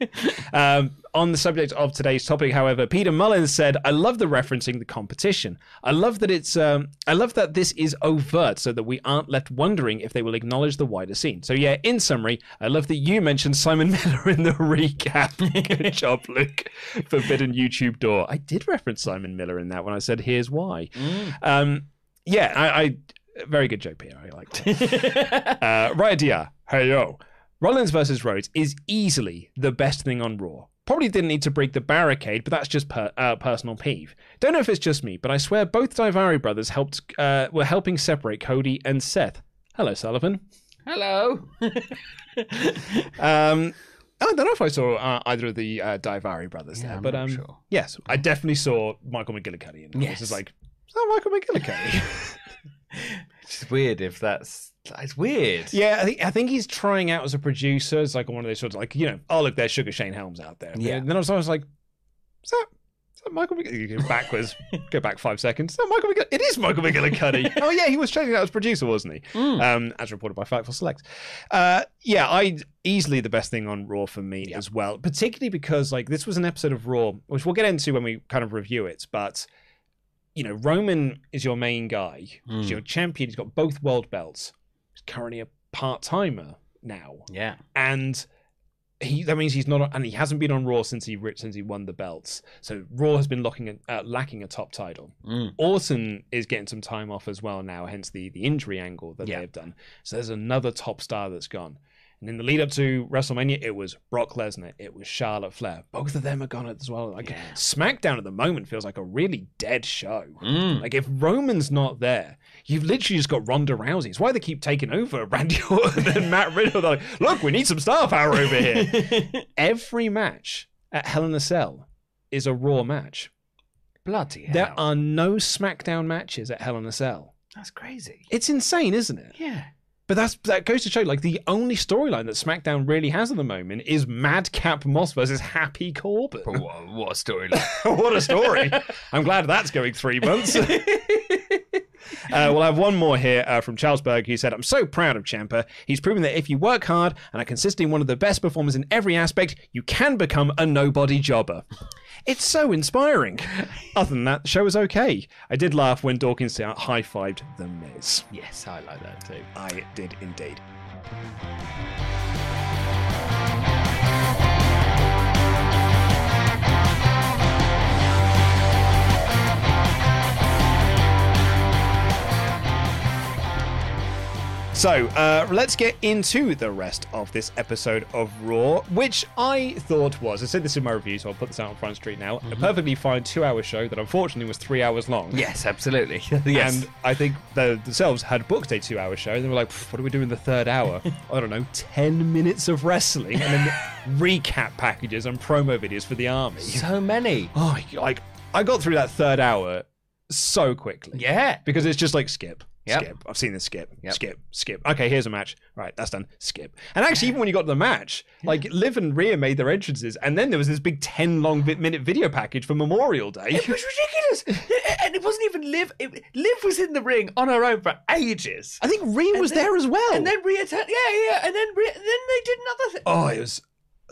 [SPEAKER 1] um, on the subject of today's topic, however, Peter Mullins said, "I love the referencing the competition. I love that it's. Um, I love that this is overt, so that we aren't left wondering if they will acknowledge the wider scene." So yeah, in summary, I love that you mentioned Simon Miller in the recap. Good job, Luke. Forbidden YouTube door. I did reference Simon Miller in that when I said, "Here's why." Um, yeah, I, I very good joke, Peter. I liked it. Uh, right, DR. Hey, yo. Rollins versus Rhodes is easily the best thing on Raw. Probably didn't need to break the barricade, but that's just per, uh, personal peeve. Don't know if it's just me, but I swear both Divari brothers helped uh, were helping separate Cody and Seth. Hello, Sullivan.
[SPEAKER 2] Hello.
[SPEAKER 1] Um, I don't know if I saw uh, either of the uh, Divari brothers there,
[SPEAKER 2] I'm
[SPEAKER 1] but
[SPEAKER 2] not
[SPEAKER 1] um,
[SPEAKER 2] sure.
[SPEAKER 1] yes, I definitely saw Michael McGillicuddy. And yes.
[SPEAKER 2] Yes.
[SPEAKER 1] this is like, is that Michael McGillicuddy?
[SPEAKER 2] It's weird if that's. It's weird.
[SPEAKER 1] Yeah, I think I think he's trying out as a producer. It's like one of those sorts of like you know, oh look, there's Sugar Shane Helms out there.
[SPEAKER 2] Yeah.
[SPEAKER 1] And then I was always like, is that, is that Michael? McG-" You go backwards, go back five seconds. Is that Michael? McG-" it is Michael McGillicuddy. oh yeah, he was training out as producer, wasn't he?
[SPEAKER 2] Hmm. Mm. Uh,
[SPEAKER 1] Um, as reported by Fightful Select. Uh, yeah, I easily the best thing on Raw for me as well, particularly because like this was an episode of Raw, which we'll get into when we kind of review it, but. You know, Roman is your main guy. He's your champion. He's got both world belts is currently a part timer now,
[SPEAKER 2] Yeah.
[SPEAKER 1] and he that means he's not on, and he hasn't been on Raw since he ri- since he won the belts. So Raw has been locking a, uh, lacking a top title.
[SPEAKER 2] Mm.
[SPEAKER 1] Orton is getting some time off as well now, hence the the injury angle that
[SPEAKER 2] Yeah.
[SPEAKER 1] they have done. So there's another top star that's gone. And in the lead up to WrestleMania, it was Brock Lesnar, it was Charlotte Flair. Both of them are gone as well. Like SmackDown at the moment feels like a really dead show.
[SPEAKER 2] Mm.
[SPEAKER 1] Like if Roman's not there, you've literally just got Ronda Rousey. It's why they keep taking over Randy Orton and Matt Riddle. They're like, look, we need some star power over here. Every match at Hell in a Cell is a Raw match.
[SPEAKER 2] Bloody hell.
[SPEAKER 1] There are no SmackDown matches at Hell in a Cell.
[SPEAKER 2] That's crazy.
[SPEAKER 1] It's insane, isn't it?
[SPEAKER 2] Yeah.
[SPEAKER 1] But that's that goes to show, like the only storyline that SmackDown really has at the moment is Madcap Moss versus Happy Corbin.
[SPEAKER 2] But what, what a storyline.
[SPEAKER 1] what a story! I'm glad that's going three months. uh, well, I have one more here uh, from Charlesberg, who said, "I'm so proud of Champa. He's proven that if you work hard and are consistently one of the best performers in every aspect, you can become a nobody jobber." It's so inspiring. Other than that, the show was okay. I did laugh when Dawkins high fived the Miz.
[SPEAKER 2] yes, I like that too.
[SPEAKER 1] I did indeed. So uh, let's get into the rest of this episode of Raw, which I thought was, I said this in my review, so I'll put this out on Front Street now, a perfectly fine two hour show that unfortunately was three hours long.
[SPEAKER 2] Yes, absolutely. yes.
[SPEAKER 1] And I think they themselves had booked a two hour show. And they were like, "Pff, what do we do in the third hour? I don't know, 10 minutes of wrestling and then recap packages and promo videos for the army.
[SPEAKER 2] so many.
[SPEAKER 1] Oh, like, I got through that third hour so quickly.
[SPEAKER 2] Yeah.
[SPEAKER 1] Because it's just like skip,
[SPEAKER 2] Yep.
[SPEAKER 1] skip. I've seen this skip,
[SPEAKER 2] Yep.
[SPEAKER 1] skip, skip. Okay, here's a match. Right, that's done. Skip. And actually, even when you got to the match, like Liv and Rhea made their entrances, and then there was this big ten long vi- minute video package for Memorial Day.
[SPEAKER 2] It was ridiculous. And it wasn't even Liv. It, Liv was in the ring on her own for ages.
[SPEAKER 1] I think Rhea was there as well.
[SPEAKER 2] And then Rhea turned. Yeah, yeah. And then Rhea, then they did another thing.
[SPEAKER 1] oh, it was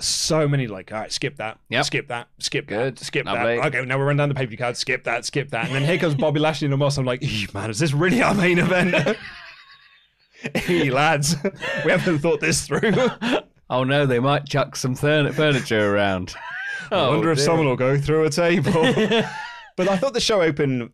[SPEAKER 1] so many like, all right, skip that,
[SPEAKER 2] Yep.
[SPEAKER 1] skip that, skip
[SPEAKER 2] Good,
[SPEAKER 1] that, skip
[SPEAKER 2] lovely.
[SPEAKER 1] that. Okay, now we're running down the pay per view card, skip that, skip that. And then here comes Bobby Lashley and Omos. I'm like, "Ew, man, is this really our main event? hey, lads, we haven't thought this through. I
[SPEAKER 2] Oh no, they might chuck some thurn- furniture around. I
[SPEAKER 1] wonder if someone will go through a table. Oh, but I thought the show opened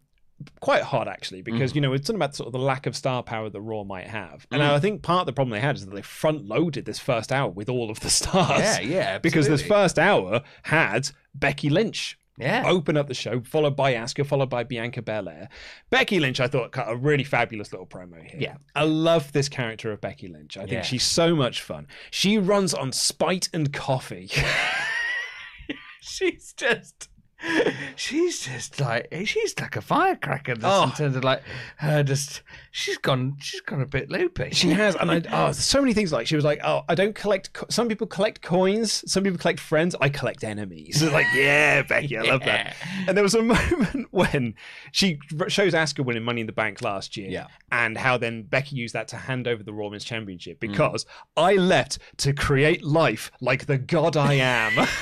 [SPEAKER 1] quite hot actually because you know it's talking about sort of the lack of star power that Raw might have, and I think part of the problem they had is that they front loaded this first hour with all of the stars.
[SPEAKER 2] Yeah, yeah,
[SPEAKER 1] Because this
[SPEAKER 2] absolutely.
[SPEAKER 1] first hour had Becky Lynch.
[SPEAKER 2] Yeah.
[SPEAKER 1] Open up the show, followed by Asuka, followed by Bianca Belair. Becky Lynch, I thought, cut a really fabulous little promo here.
[SPEAKER 2] Yeah.
[SPEAKER 1] I love this character of Becky Lynch. I think
[SPEAKER 2] Yeah.
[SPEAKER 1] she's so much fun. She runs on spite and coffee.
[SPEAKER 2] she's just she's just like she's like a firecracker just in
[SPEAKER 1] Oh.
[SPEAKER 2] terms of like her just she's gone she's gone a bit loopy
[SPEAKER 1] She has, and I, oh, so many things. Like she was like, "Oh, I don't collect. Co- some people collect coins. Some people collect friends. I collect enemies." It's like, yeah, Becky, I love that. And there was a moment when she r- shows Asuka winning Money in the Bank last year,
[SPEAKER 2] Yeah.
[SPEAKER 1] and how then Becky used that to hand over the Raw Women's Championship because I leapt to create life like the god I am.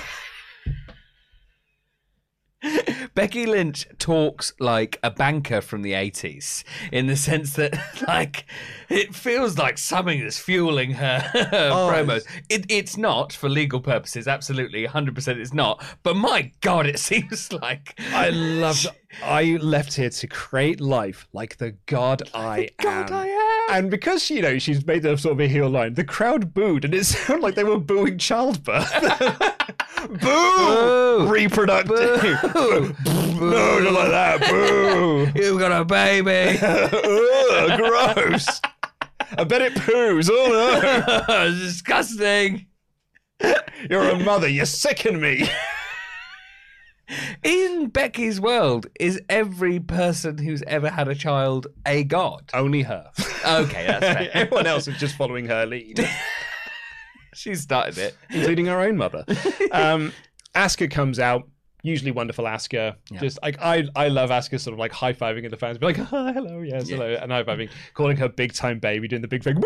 [SPEAKER 2] Becky Lynch talks like a banker from the 80s in the sense that, like, it feels like something that's fueling her, her
[SPEAKER 1] Oh,
[SPEAKER 2] promos. It, it's not for legal purposes, absolutely, 100% it's not. But my God, it seems like.
[SPEAKER 1] I loved. I left here to create life like the god I
[SPEAKER 2] God,
[SPEAKER 1] am.
[SPEAKER 2] I am.
[SPEAKER 1] And because she, you know she's made a sort of a heel line, the crowd booed, and it sounded like they were booing childbirth. Boo!
[SPEAKER 2] Boo!
[SPEAKER 1] Reproductive. no, not like that. Boo!
[SPEAKER 2] You've got a baby.
[SPEAKER 1] Ugh, gross. I bet it poos. Oh no!
[SPEAKER 2] It's disgusting.
[SPEAKER 1] You're a mother. You sicken me.
[SPEAKER 2] In Becky's world, is every person who's ever had a child a god?
[SPEAKER 1] Only her.
[SPEAKER 2] Okay, that's fair.
[SPEAKER 1] Everyone else is just following her lead.
[SPEAKER 2] She started it.
[SPEAKER 1] including our own mother. Um, Asuka comes out, usually wonderful Asuka. Just like I, I love Asuka sort of like high fiving at the fans, be like, "Ah, hello, yes, hello, and high fiving, calling her big time baby, doing the big thing,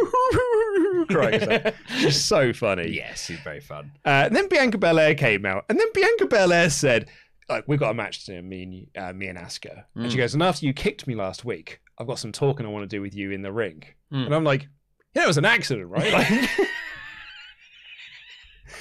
[SPEAKER 1] crying. herself. She's so funny.
[SPEAKER 2] Yes, she's very fun.
[SPEAKER 1] Uh, and then Bianca Belair came out, and then Bianca Belair said, "Like we've got a match to do, me and you, uh, me and Asuka." And she
[SPEAKER 2] Hmm.
[SPEAKER 1] goes, "And after you kicked me last week, I've got some talking I want to do with you in the ring."
[SPEAKER 2] Hmm.
[SPEAKER 1] And I'm like, "Yeah, it was an accident, right?" Like,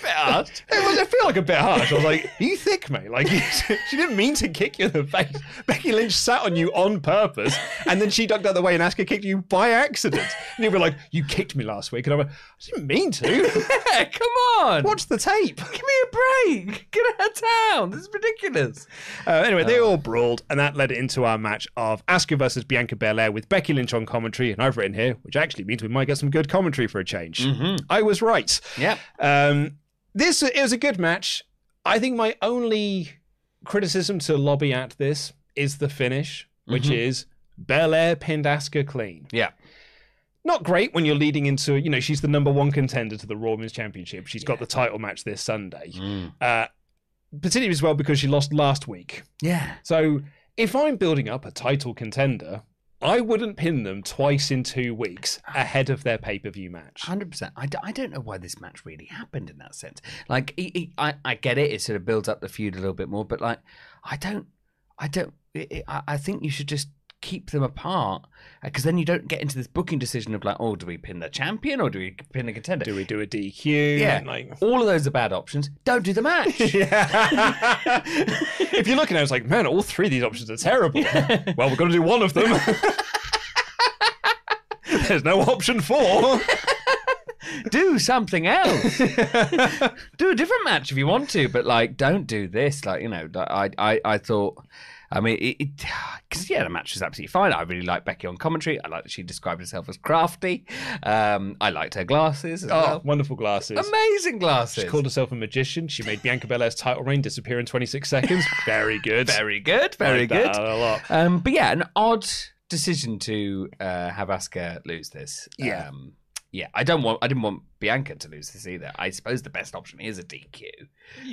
[SPEAKER 2] But
[SPEAKER 1] It was, I feel like a bit harsh. I was like, "You thick, mate!" Like she didn't mean to kick you in the face. Becky Lynch sat on you on purpose, and then she ducked out the way and Asuka kicked you by accident. And you were like, "You kicked me last week," and I went, "I didn't mean to."
[SPEAKER 2] yeah, come on.
[SPEAKER 1] Watch the tape.
[SPEAKER 2] Give me a break. Get out of town. This is ridiculous.
[SPEAKER 1] Uh, anyway, they all brawled, and that led into our match of Asuka versus Bianca Belair with Becky Lynch on commentary, and I've written here, which actually means we might get some good commentary for a change. I was right.
[SPEAKER 2] Yep.
[SPEAKER 1] Um, this it was a good match. I think my only criticism to lobby at this is the finish, which is Belair pinned Asuka clean.
[SPEAKER 2] Yeah.
[SPEAKER 1] Not great when you're leading into, you know, she's the number one contender to the Raw Women's Championship. She's got the title match this Sunday. Uh, particularly as well because she lost last week.
[SPEAKER 2] Yeah.
[SPEAKER 1] So if I'm building up a title contender, I wouldn't pin them twice in two weeks ahead of their pay per view match.
[SPEAKER 2] 100%. I, d- I don't know why this match really happened in that sense. Like, e- e- I, I get it. It sort of builds up the feud a little bit more, but like, I don't, I don't, it, it- I I think you should just keep them apart because then you don't get into this booking decision of like, oh, do we pin the champion or do we pin the contender?
[SPEAKER 1] Do we do a DQ?
[SPEAKER 2] yeah.
[SPEAKER 1] And like,
[SPEAKER 2] All of those are bad options. Don't do the match.
[SPEAKER 1] Yeah. if you're looking at it, it's like, man, all three of these options are terrible. well, we're going to do one of them. There's no option four.
[SPEAKER 2] do something else. do a different match if you want to, but like, don't do this. Like, you know, like, I, I, I thought I mean, it because yeah, the match was absolutely fine. I really like Becky on commentary. I like that she described herself as crafty. Um, I liked her glasses. As
[SPEAKER 1] Oh,
[SPEAKER 2] well.
[SPEAKER 1] wonderful glasses.
[SPEAKER 2] amazing
[SPEAKER 1] She
[SPEAKER 2] glasses.
[SPEAKER 1] called herself a magician. She made Bianca Belair's title reign disappear in 26 seconds. Very good.
[SPEAKER 2] very good, very
[SPEAKER 1] Like
[SPEAKER 2] good.
[SPEAKER 1] that A lot.
[SPEAKER 2] Um, but yeah, an odd decision to uh, have Asuka lose this.
[SPEAKER 1] Yeah.
[SPEAKER 2] Um, yeah, I don't want. I didn't want Bianca to lose this either. I suppose the best option is a DQ.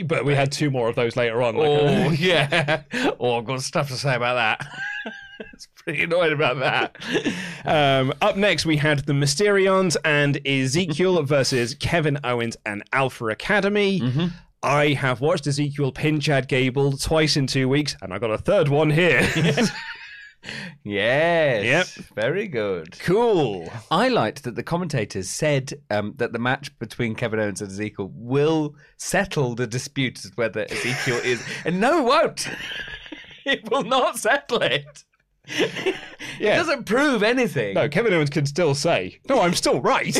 [SPEAKER 1] But we had two more of those later on. Like,
[SPEAKER 2] oh
[SPEAKER 1] uh,
[SPEAKER 2] yeah. Oh, I've got stuff to say about that. it's pretty annoyed about that.
[SPEAKER 1] Um, up next, we had the Mysterions and Ezekiel versus Kevin Owens and Alpha Academy.
[SPEAKER 2] Mm-hmm.
[SPEAKER 1] I have watched Ezekiel pin Chad Gable twice in two weeks, and I got a third one here.
[SPEAKER 2] yes. Yep. Very good.
[SPEAKER 1] cool.
[SPEAKER 2] I liked that the commentators said um, that the match between Kevin Owens and Ezekiel will settle the dispute as whether Ezekiel is, and no, it won't. it will not settle it. It
[SPEAKER 1] Yeah.
[SPEAKER 2] doesn't prove anything.
[SPEAKER 1] No, Kevin Owens can still say, "No, I'm still right."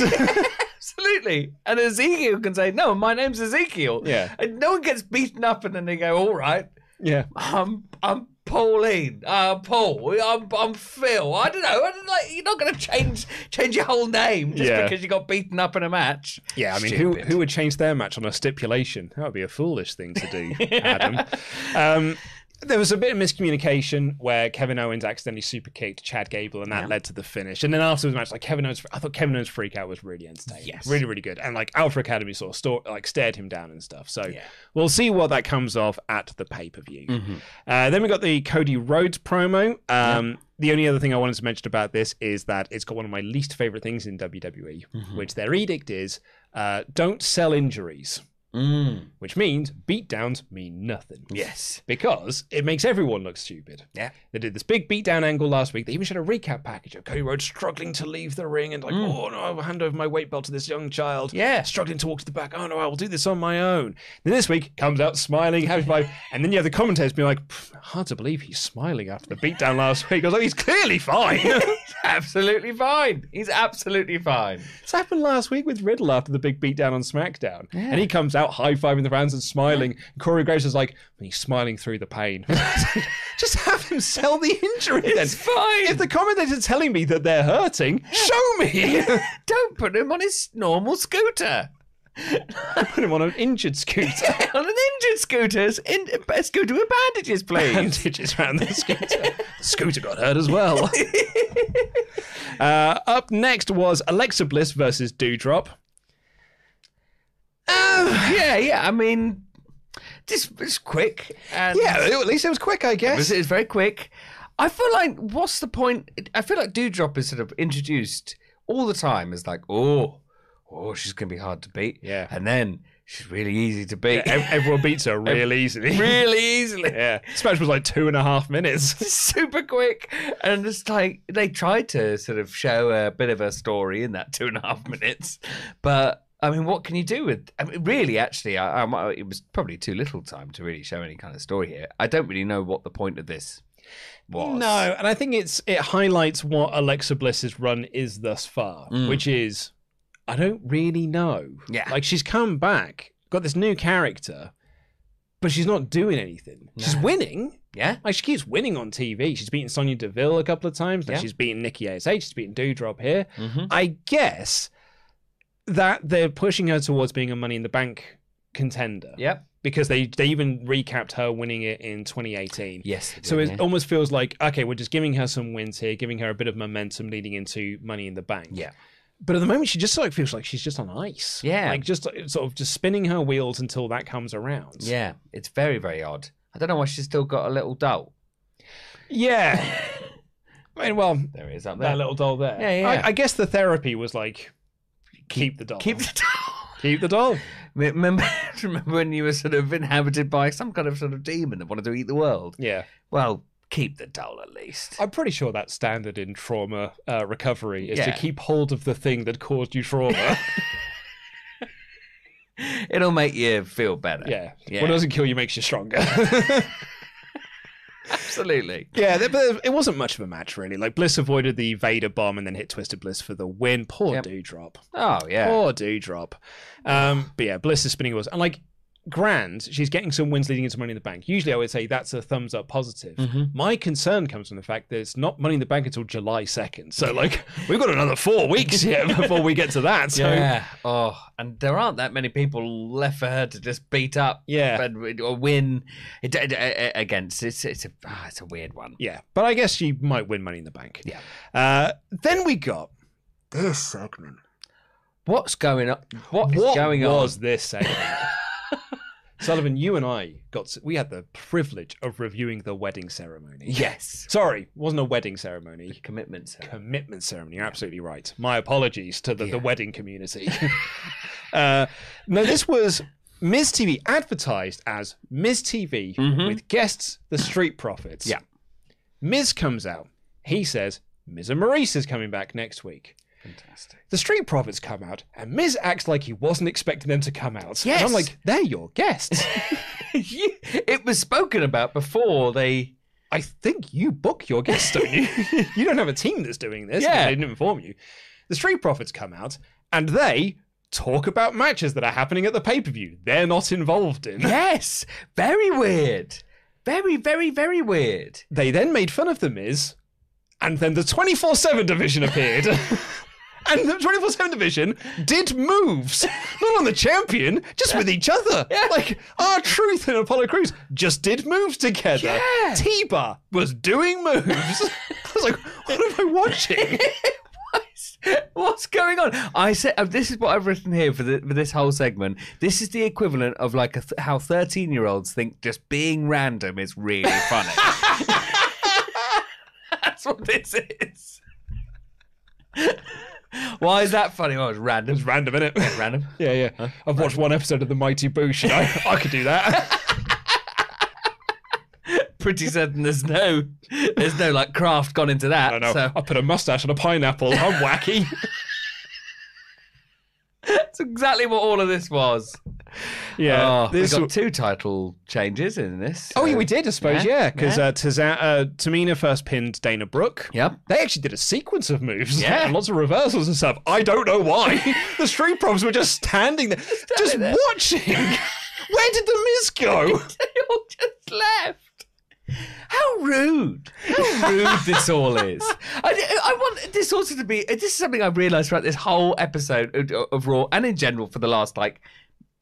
[SPEAKER 2] Absolutely. And Ezekiel can say, "No, my name's Ezekiel."
[SPEAKER 1] Yeah.
[SPEAKER 2] And no one gets beaten up, and then they go, "All right,
[SPEAKER 1] yeah.
[SPEAKER 2] I'm I'm Pauline. Uh, Paul. I'm I'm Phil. I don't know. I don't, like you're not going to change change your whole name just
[SPEAKER 1] Yeah.
[SPEAKER 2] because you got beaten up in a match.
[SPEAKER 1] Yeah, I mean, who,
[SPEAKER 2] Stupid.
[SPEAKER 1] who would change their match on a stipulation? That would be a foolish thing to do, Adam. um, there was a bit of miscommunication where Kevin Owens accidentally super kicked Chad Gable, and that led to the finish. And then after the match, like Kevin Owens, I thought Kevin Owens' freak out was really entertaining,
[SPEAKER 2] Yes.
[SPEAKER 1] really, really good. And like Alpha Academy sort of sto- like stared him down and stuff. So
[SPEAKER 2] Yeah. Mm-hmm.
[SPEAKER 1] we'll see what that comes of at the pay per view. Uh, then we got the Cody Rhodes promo. Um, The only other thing I wanted to mention about this is that it's got one of my least favorite things in WWE,
[SPEAKER 2] Mm-hmm.
[SPEAKER 1] which their edict is uh, don't sell injuries,
[SPEAKER 2] Mm.
[SPEAKER 1] which means beatdowns mean nothing.
[SPEAKER 2] Yes.
[SPEAKER 1] Because it makes everyone look stupid.
[SPEAKER 2] Yeah.
[SPEAKER 1] They did this big beatdown angle last week. They even showed a recap package of Cody Rhodes struggling to leave the ring and like, oh no, I will hand over my weight belt to this young child.
[SPEAKER 2] Hmm. Yeah.
[SPEAKER 1] Struggling to walk to the back. Oh no, I will do this on my own. Then this week comes out smiling, happy vibe. And then you have the commentators being like, "Pff, hard to believe he's smiling after the beatdown last week. I was like, he's clearly fine.
[SPEAKER 2] Absolutely fine. He's absolutely fine.
[SPEAKER 1] It's happened last week with Riddle after the big beatdown on SmackDown. And he comes out high fiving the fans and smiling. And Corey Graves is like, he's smiling through the pain. Just have him sell the injury
[SPEAKER 2] It's
[SPEAKER 1] then.
[SPEAKER 2] fine.
[SPEAKER 1] If the commentators are telling me that they're hurting, show me.
[SPEAKER 2] Don't put him on his normal scooter.
[SPEAKER 1] Put him on an injured scooter.
[SPEAKER 2] on an injured scooter. s- In, a scooter with bandages, please.
[SPEAKER 1] Bandages around the scooter. The scooter got hurt as well. uh, up next was Alexa Bliss versus Dewdrop.
[SPEAKER 2] yeah, yeah. I mean, this was quick. And
[SPEAKER 1] at least it was quick, I
[SPEAKER 2] It was,
[SPEAKER 1] guess.
[SPEAKER 2] it was very quick. I feel like what's the point? I feel like Dewdrop is sort of introduced all the time as like, oh, oh, she's gonna be hard to beat.
[SPEAKER 1] Yeah.
[SPEAKER 2] and then she's really easy to beat.
[SPEAKER 1] Ev- Everyone beats her real easily.
[SPEAKER 2] really easily.
[SPEAKER 1] Yeah, this match was like two and a half minutes.
[SPEAKER 2] Super quick, and it's like they tried to sort of show a bit of a story in that two and a half minutes, but I mean, what can you do with? I mean, really, actually, I, I, might- it was probably too little time to really show any kind of story here. I don't really know what the point of this was.
[SPEAKER 1] No, and I think it's it highlights what Alexa Bliss's run is thus far, which is I don't really know.
[SPEAKER 2] Yeah.
[SPEAKER 1] like she's come back, got this new character, but she's not doing anything. She's winning.
[SPEAKER 2] yeah,
[SPEAKER 1] Like she keeps winning on TV. She's beaten Sonya Deville a couple of times. Like
[SPEAKER 2] Yeah.
[SPEAKER 1] she's beaten Nikki Ash. She's beaten Dewdrop here.
[SPEAKER 2] Mhm.
[SPEAKER 1] I guess that they're pushing her towards being a Money in the Bank contender.
[SPEAKER 2] Yep.
[SPEAKER 1] because they they even recapped her winning it in 2018.
[SPEAKER 2] Yes.
[SPEAKER 1] So
[SPEAKER 2] is
[SPEAKER 1] it almost feels like okay, we're just giving her some wins here, giving her a bit of momentum leading into Money in the Bank.
[SPEAKER 2] yeah.
[SPEAKER 1] But at the moment, she just sort of feels like she's just on ice.
[SPEAKER 2] Yeah.
[SPEAKER 1] Like just uh, sort of just spinning her wheels until that comes around.
[SPEAKER 2] Yeah. It's very very odd. I don't know why she's still got a little doll.
[SPEAKER 1] Yeah. I mean, well,
[SPEAKER 2] There it is up there.
[SPEAKER 1] that little doll there.
[SPEAKER 2] Yeah, yeah.
[SPEAKER 1] I, I guess the therapy was like, keep, the doll.
[SPEAKER 2] Keep the doll.
[SPEAKER 1] Keep the doll.
[SPEAKER 2] Remember, remember when you were sort of inhabited by some kind of sort of demon that wanted to eat the world?
[SPEAKER 1] Yeah.
[SPEAKER 2] Well, keep the doll at least.
[SPEAKER 1] I'm pretty sure that's standard in trauma uh, recovery is to
[SPEAKER 2] Yeah.
[SPEAKER 1] keep hold of the thing that caused you trauma.
[SPEAKER 2] It'll make you feel better.
[SPEAKER 1] yeah.
[SPEAKER 2] Yeah.
[SPEAKER 1] What doesn't kill you makes you stronger.
[SPEAKER 2] Absolutely.
[SPEAKER 1] Yeah, th- but it wasn't much of a match really. Like Bliss avoided the Vader bomb and then hit Twisted Bliss for the win. Poor
[SPEAKER 2] Yep.
[SPEAKER 1] Dewdrop.
[SPEAKER 2] Oh yeah.
[SPEAKER 1] Poor Dewdrop. Um, but yeah, Bliss is spinning wheels. And like grand, she's getting some wins leading into Money in the Bank. Usually, I would say that's a thumbs up positive.
[SPEAKER 2] Mm-hmm.
[SPEAKER 1] My concern comes from the fact that it's not Money in the Bank until July 2nd. So, like, we've got another four weeks here before we get to that. So,
[SPEAKER 2] yeah. Oh, and there aren't that many people left for her to just beat up.
[SPEAKER 1] Yeah.
[SPEAKER 2] And, or win it, it- it- against. It's it's a ah, it's a weird one.
[SPEAKER 1] yeah. But I guess she might win Money in the Bank.
[SPEAKER 2] Yeah.
[SPEAKER 1] Uh, then we got
[SPEAKER 3] This segment.
[SPEAKER 2] What's going on? What is
[SPEAKER 1] what
[SPEAKER 2] going on?
[SPEAKER 1] was this segment? Sullivan, you and I got to, we had the privilege of reviewing the wedding ceremony.
[SPEAKER 2] Yes.
[SPEAKER 1] Sorry, wasn't a wedding ceremony.
[SPEAKER 2] Commitments.
[SPEAKER 1] Commitment ceremony. You're absolutely right. My apologies to the, the wedding community. uh, no, this was Ms. TV advertised as Ms. TV with guests, the Street Profits.
[SPEAKER 2] Mm-hmm. Yeah.
[SPEAKER 1] Miz comes out. He says Miz and Maurice is coming back next week.
[SPEAKER 2] Fantastic.
[SPEAKER 1] The Street Profits come out, and Miz acts like he wasn't expecting them to come out.
[SPEAKER 2] Yes.
[SPEAKER 1] And I'm like, they're your guests.
[SPEAKER 2] it was spoken about before they.
[SPEAKER 1] I think you book your guests, don't you? you don't have a team that's doing this.
[SPEAKER 2] Yeah.
[SPEAKER 1] They didn't inform you. The Street Profits come out, and they talk about matches that are happening at the pay per view. They're not involved in.
[SPEAKER 2] Yes. Very weird. Very very very weird.
[SPEAKER 1] They then made fun of The Miz, and then the 24 7 division appeared. and the 24 7 division did moves, not on the champion, just with each other. Like, our Truth and Apollo Crews just did moves together.
[SPEAKER 2] Yeah.
[SPEAKER 1] T Bar was doing moves. I was like, what am I watching?
[SPEAKER 2] What's going on? I said uh, this is what I've written here for, the, for this whole segment. This is the equivalent of like a th- how thirteen-year-olds think just being random is really funny. That's what this is. Why is that funny? Well, it's random.
[SPEAKER 1] It's random, innit?
[SPEAKER 2] Random.
[SPEAKER 1] Yeah, yeah. I've watched one episode of The Mighty Boosh. And I, I could do that.
[SPEAKER 2] Pretty certain there's no there's no like craft gone into that.
[SPEAKER 1] I know.
[SPEAKER 2] So
[SPEAKER 1] I put a mustache on a pineapple. I'm wacky.
[SPEAKER 2] that's exactly what all of this was.
[SPEAKER 1] Yeah.
[SPEAKER 2] oh, we
[SPEAKER 1] this
[SPEAKER 2] got two title changes in this.
[SPEAKER 1] Oh,
[SPEAKER 2] so-
[SPEAKER 1] yeah, we did, I suppose,
[SPEAKER 2] Yeah.
[SPEAKER 1] yeah. Because uh, Taza- uh, Tamina first pinned Dana Brooke.
[SPEAKER 2] Yep.
[SPEAKER 1] They actually did a sequence of moves.
[SPEAKER 2] Yeah.
[SPEAKER 1] And lots of reversals and stuff. I don't know why. the Street Profits were just standing there, just watching. Where did the Miz go?
[SPEAKER 2] they all just left. How rude! How rude this all is. I, I want this also to be. This is something I've realised throughout this whole episode of, of Raw, and in general for the last like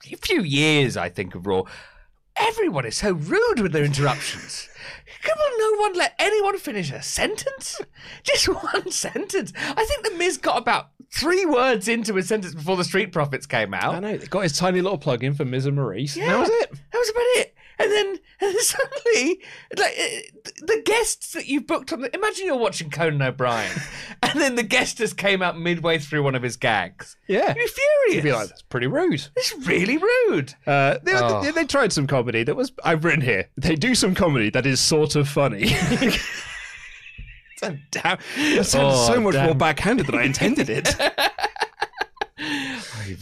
[SPEAKER 2] few years, I think of Raw. Everyone is so rude with their interruptions. Come on, no one let anyone finish a sentence. Just one sentence. I think the Miz got about three words into his sentence before the Street Profits came out.
[SPEAKER 1] I know. They got his tiny little plug in for Miz and Maurice.
[SPEAKER 2] Yeah.
[SPEAKER 1] and that was it.
[SPEAKER 2] That was about it. And then, and then suddenly, like uh, the guests that you've booked on. The, imagine you're watching Conan O'Brien, and then the guest just came out midway through one of his gags.
[SPEAKER 1] Yeah.
[SPEAKER 2] You'd be
[SPEAKER 1] You'd
[SPEAKER 2] furious.
[SPEAKER 1] be like, that's pretty rude.
[SPEAKER 2] it's really rude.
[SPEAKER 1] Uh, they,
[SPEAKER 2] Oh.
[SPEAKER 1] they, they tried some comedy that was I've written here. They do some comedy that is sort of funny. That damn- that sounds
[SPEAKER 2] Oh,
[SPEAKER 1] so much more
[SPEAKER 2] damn.
[SPEAKER 1] backhanded than I intended it.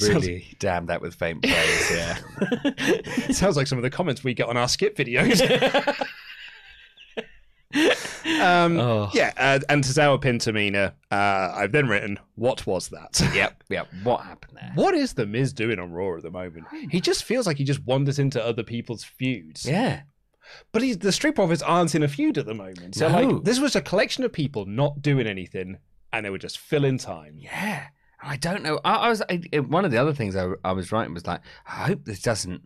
[SPEAKER 2] really damn that with faint praise. Yeah.
[SPEAKER 1] it sounds like some of the comments we get on our skip videos. um,
[SPEAKER 2] Oh.
[SPEAKER 1] Yeah, uh, and Tazawa Pintamina. Uh, I've then written, what was that?
[SPEAKER 2] yep. Yep. What happened there?
[SPEAKER 1] What is the Miz doing on Raw at the moment? He just feels like he just wanders into other people's feuds.
[SPEAKER 2] Yeah.
[SPEAKER 1] But he's, the Street Profits aren't in a feud at the moment. So,
[SPEAKER 2] No.
[SPEAKER 1] like, this was a collection of people not doing anything, and they were just filling time.
[SPEAKER 2] Yeah, I don't know. I, I was I, it- one of the other things I, I was writing was like, I hope this doesn't.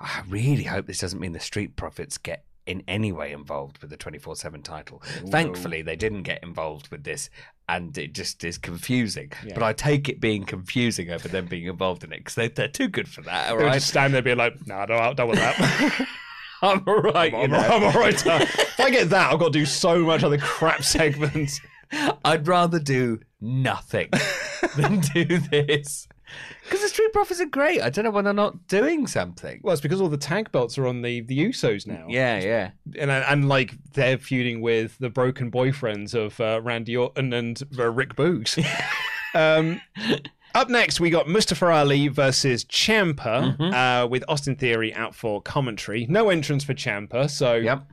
[SPEAKER 2] I really hope this doesn't mean the street profits get in any way involved with the twenty four seven title. Thankfully, they didn't get involved with this, and it just is confusing.
[SPEAKER 1] Yeah.
[SPEAKER 2] But I take it being confusing over them being involved in it because they, they're too good for that. All
[SPEAKER 1] They would
[SPEAKER 2] right,
[SPEAKER 1] just stand there being like, nah, I don't, I don't want that.
[SPEAKER 2] I'm all right. you
[SPEAKER 1] I'm,
[SPEAKER 2] know.
[SPEAKER 1] I'm all right. Tom. if I get that, I've got to do so much other crap segments.
[SPEAKER 2] I'd rather do nothing than do this. Because the street profits are great. I don't know when they're not doing something.
[SPEAKER 1] Well, it's because all the tag belts are on the, the Usos now.
[SPEAKER 2] Yeah, yeah.
[SPEAKER 1] And, and like, they're feuding with the broken boyfriends of uh, Randy Orton and uh, Rick Boogs. um, up next, we got Mustafa Ali versus Champa,
[SPEAKER 2] Mm-hmm.
[SPEAKER 1] uh, with Austin Theory out for commentary. No entrance for Champa, so
[SPEAKER 2] Yep.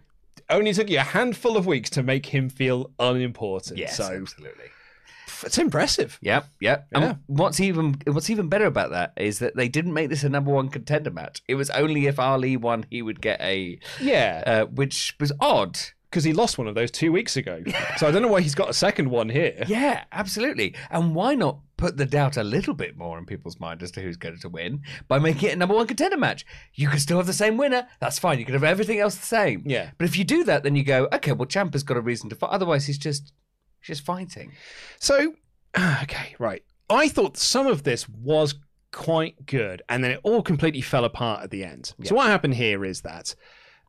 [SPEAKER 1] only took you a handful of weeks to make him feel unimportant. so
[SPEAKER 2] absolutely.
[SPEAKER 1] f- it's impressive.
[SPEAKER 2] Yep, yep.
[SPEAKER 1] Yeah.
[SPEAKER 2] And what's even what's even better about that is that they didn't make this a number one contender match. It was only if Ali won, he would get a,
[SPEAKER 1] Yeah,
[SPEAKER 2] uh, which was odd.
[SPEAKER 1] because he lost one of those two weeks ago, so I don't know why he's got a second one here.
[SPEAKER 2] Yeah, absolutely. And why not put the doubt a little bit more in people's mind as to who's going to win by making it a number one contender match? You could still have the same winner. That's fine. You could have everything else the same.
[SPEAKER 1] Yeah.
[SPEAKER 2] But if you do that, then you go, okay, well, Champa's got a reason to fight. Otherwise, he's just he's just fighting.
[SPEAKER 1] So, okay, right. I thought some of this was quite good, and then it all completely fell apart at the end. So, what happened here is that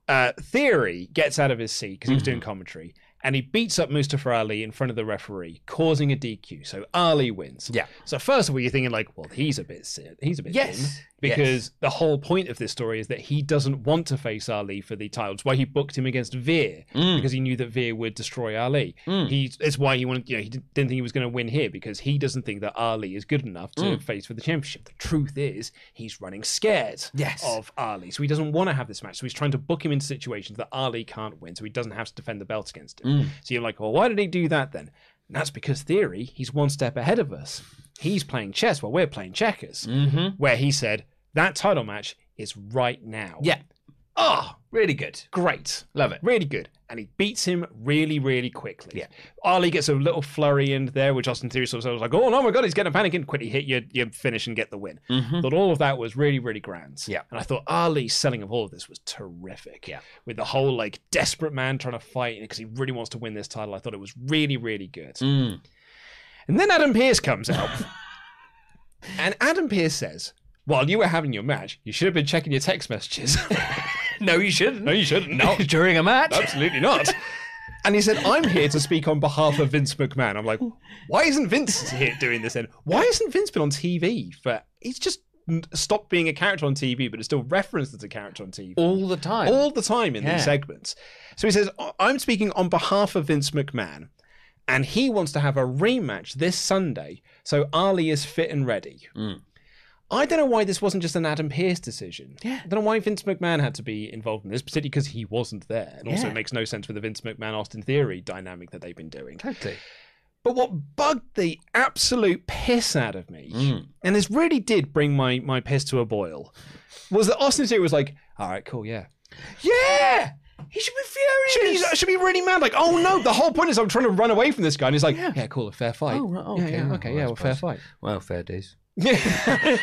[SPEAKER 1] uh, Theory gets out of his seat because he was
[SPEAKER 2] Mm-hmm.
[SPEAKER 1] doing commentary, and he beats up Mustafa Ali in front of the referee, causing a DQ. So Ali wins.
[SPEAKER 2] Yeah.
[SPEAKER 1] So first of all, you're thinking like, well, he's a bit si- he's a bit
[SPEAKER 2] Yes,
[SPEAKER 1] thin,
[SPEAKER 2] yes.
[SPEAKER 1] because the whole point of this story is that he doesn't want to face Ali for the title. It's why he booked him against Veer because he knew that Veer would destroy Ali. He it's why he wanted you know he didn't didn't think he was going to win here because he doesn't think that Ali is good enough to face for the championship. The truth is he's running scared
[SPEAKER 2] Yes.
[SPEAKER 1] of Ali, so he doesn't want to have this match. So he's trying to book him into situations that Ali can't win, so he doesn't have to defend the belt against him. So you're like, well, why did he do that then? And that's because theory, he's one step ahead of us. He's playing chess while we're playing checkers.
[SPEAKER 2] Mhm.
[SPEAKER 1] Where he said, that title match is right now.
[SPEAKER 2] Yeah. Ah,
[SPEAKER 1] Oh,
[SPEAKER 2] Really good.
[SPEAKER 1] great.
[SPEAKER 2] Love it.
[SPEAKER 1] Really good. And he beats him really, really quickly. Yeah. Ali gets a little flurry in there, which Austin Theory sort of was like, oh, no, my God, he's getting panicking. Quickly hit your, your finish and get the win. But all of that was really, really grand.
[SPEAKER 2] Yeah.
[SPEAKER 1] And I thought Ali's selling of all of this was terrific.
[SPEAKER 2] Yeah.
[SPEAKER 1] With the whole, like, desperate man trying to fight because he really wants to win this title. I thought it was really, really good.
[SPEAKER 2] Mm.
[SPEAKER 1] And then Adam Pierce comes out. and Adam Pierce says, while you were having your match, you should have been checking your text messages.
[SPEAKER 2] No, you shouldn't.
[SPEAKER 1] no, you shouldn't.
[SPEAKER 2] during a match.
[SPEAKER 1] Absolutely not. And he said, I'm here to speak on behalf of Vince McMahon. I'm like, why isn't Vince here doing this then? Why isn't Vince been on TV for. He's just n- stopped being a character on TV, but is still referenced as a character on TV
[SPEAKER 2] All the time.
[SPEAKER 1] all the time in
[SPEAKER 2] Yeah.
[SPEAKER 1] these segments. So he says, "I- I'm speaking on behalf of Vince McMahon, and he wants to have a rematch this Sunday, so Ali is fit and ready.
[SPEAKER 2] Mm.
[SPEAKER 1] I don't know why this wasn't just an Adam Pearce decision. Yeah. I don't know why Vince McMahon had to be involved in this, particularly because he wasn't there. And also,
[SPEAKER 2] Yeah.
[SPEAKER 1] it makes no sense with the Vince McMahon Austin Theory dynamic that they've been doing.
[SPEAKER 2] Totally.
[SPEAKER 1] But what bugged the absolute piss out of me,
[SPEAKER 2] Hmm.
[SPEAKER 1] and this really did bring my, my piss to a boil, was that Austin Theory was like, all right, cool, yeah.
[SPEAKER 2] Yeah. He should be furious.
[SPEAKER 1] Should be, should be really mad. Like, oh no, the whole point is I'm trying to run away from this guy. And he's like, yeah, cool, a fair fight.
[SPEAKER 2] Oh,
[SPEAKER 1] Yeah,
[SPEAKER 2] right, okay,
[SPEAKER 1] yeah,
[SPEAKER 2] well,
[SPEAKER 1] okay,
[SPEAKER 2] I
[SPEAKER 1] yeah, well, fair
[SPEAKER 2] suppose.
[SPEAKER 1] fight.
[SPEAKER 2] Well, fair dues.
[SPEAKER 1] Yeah.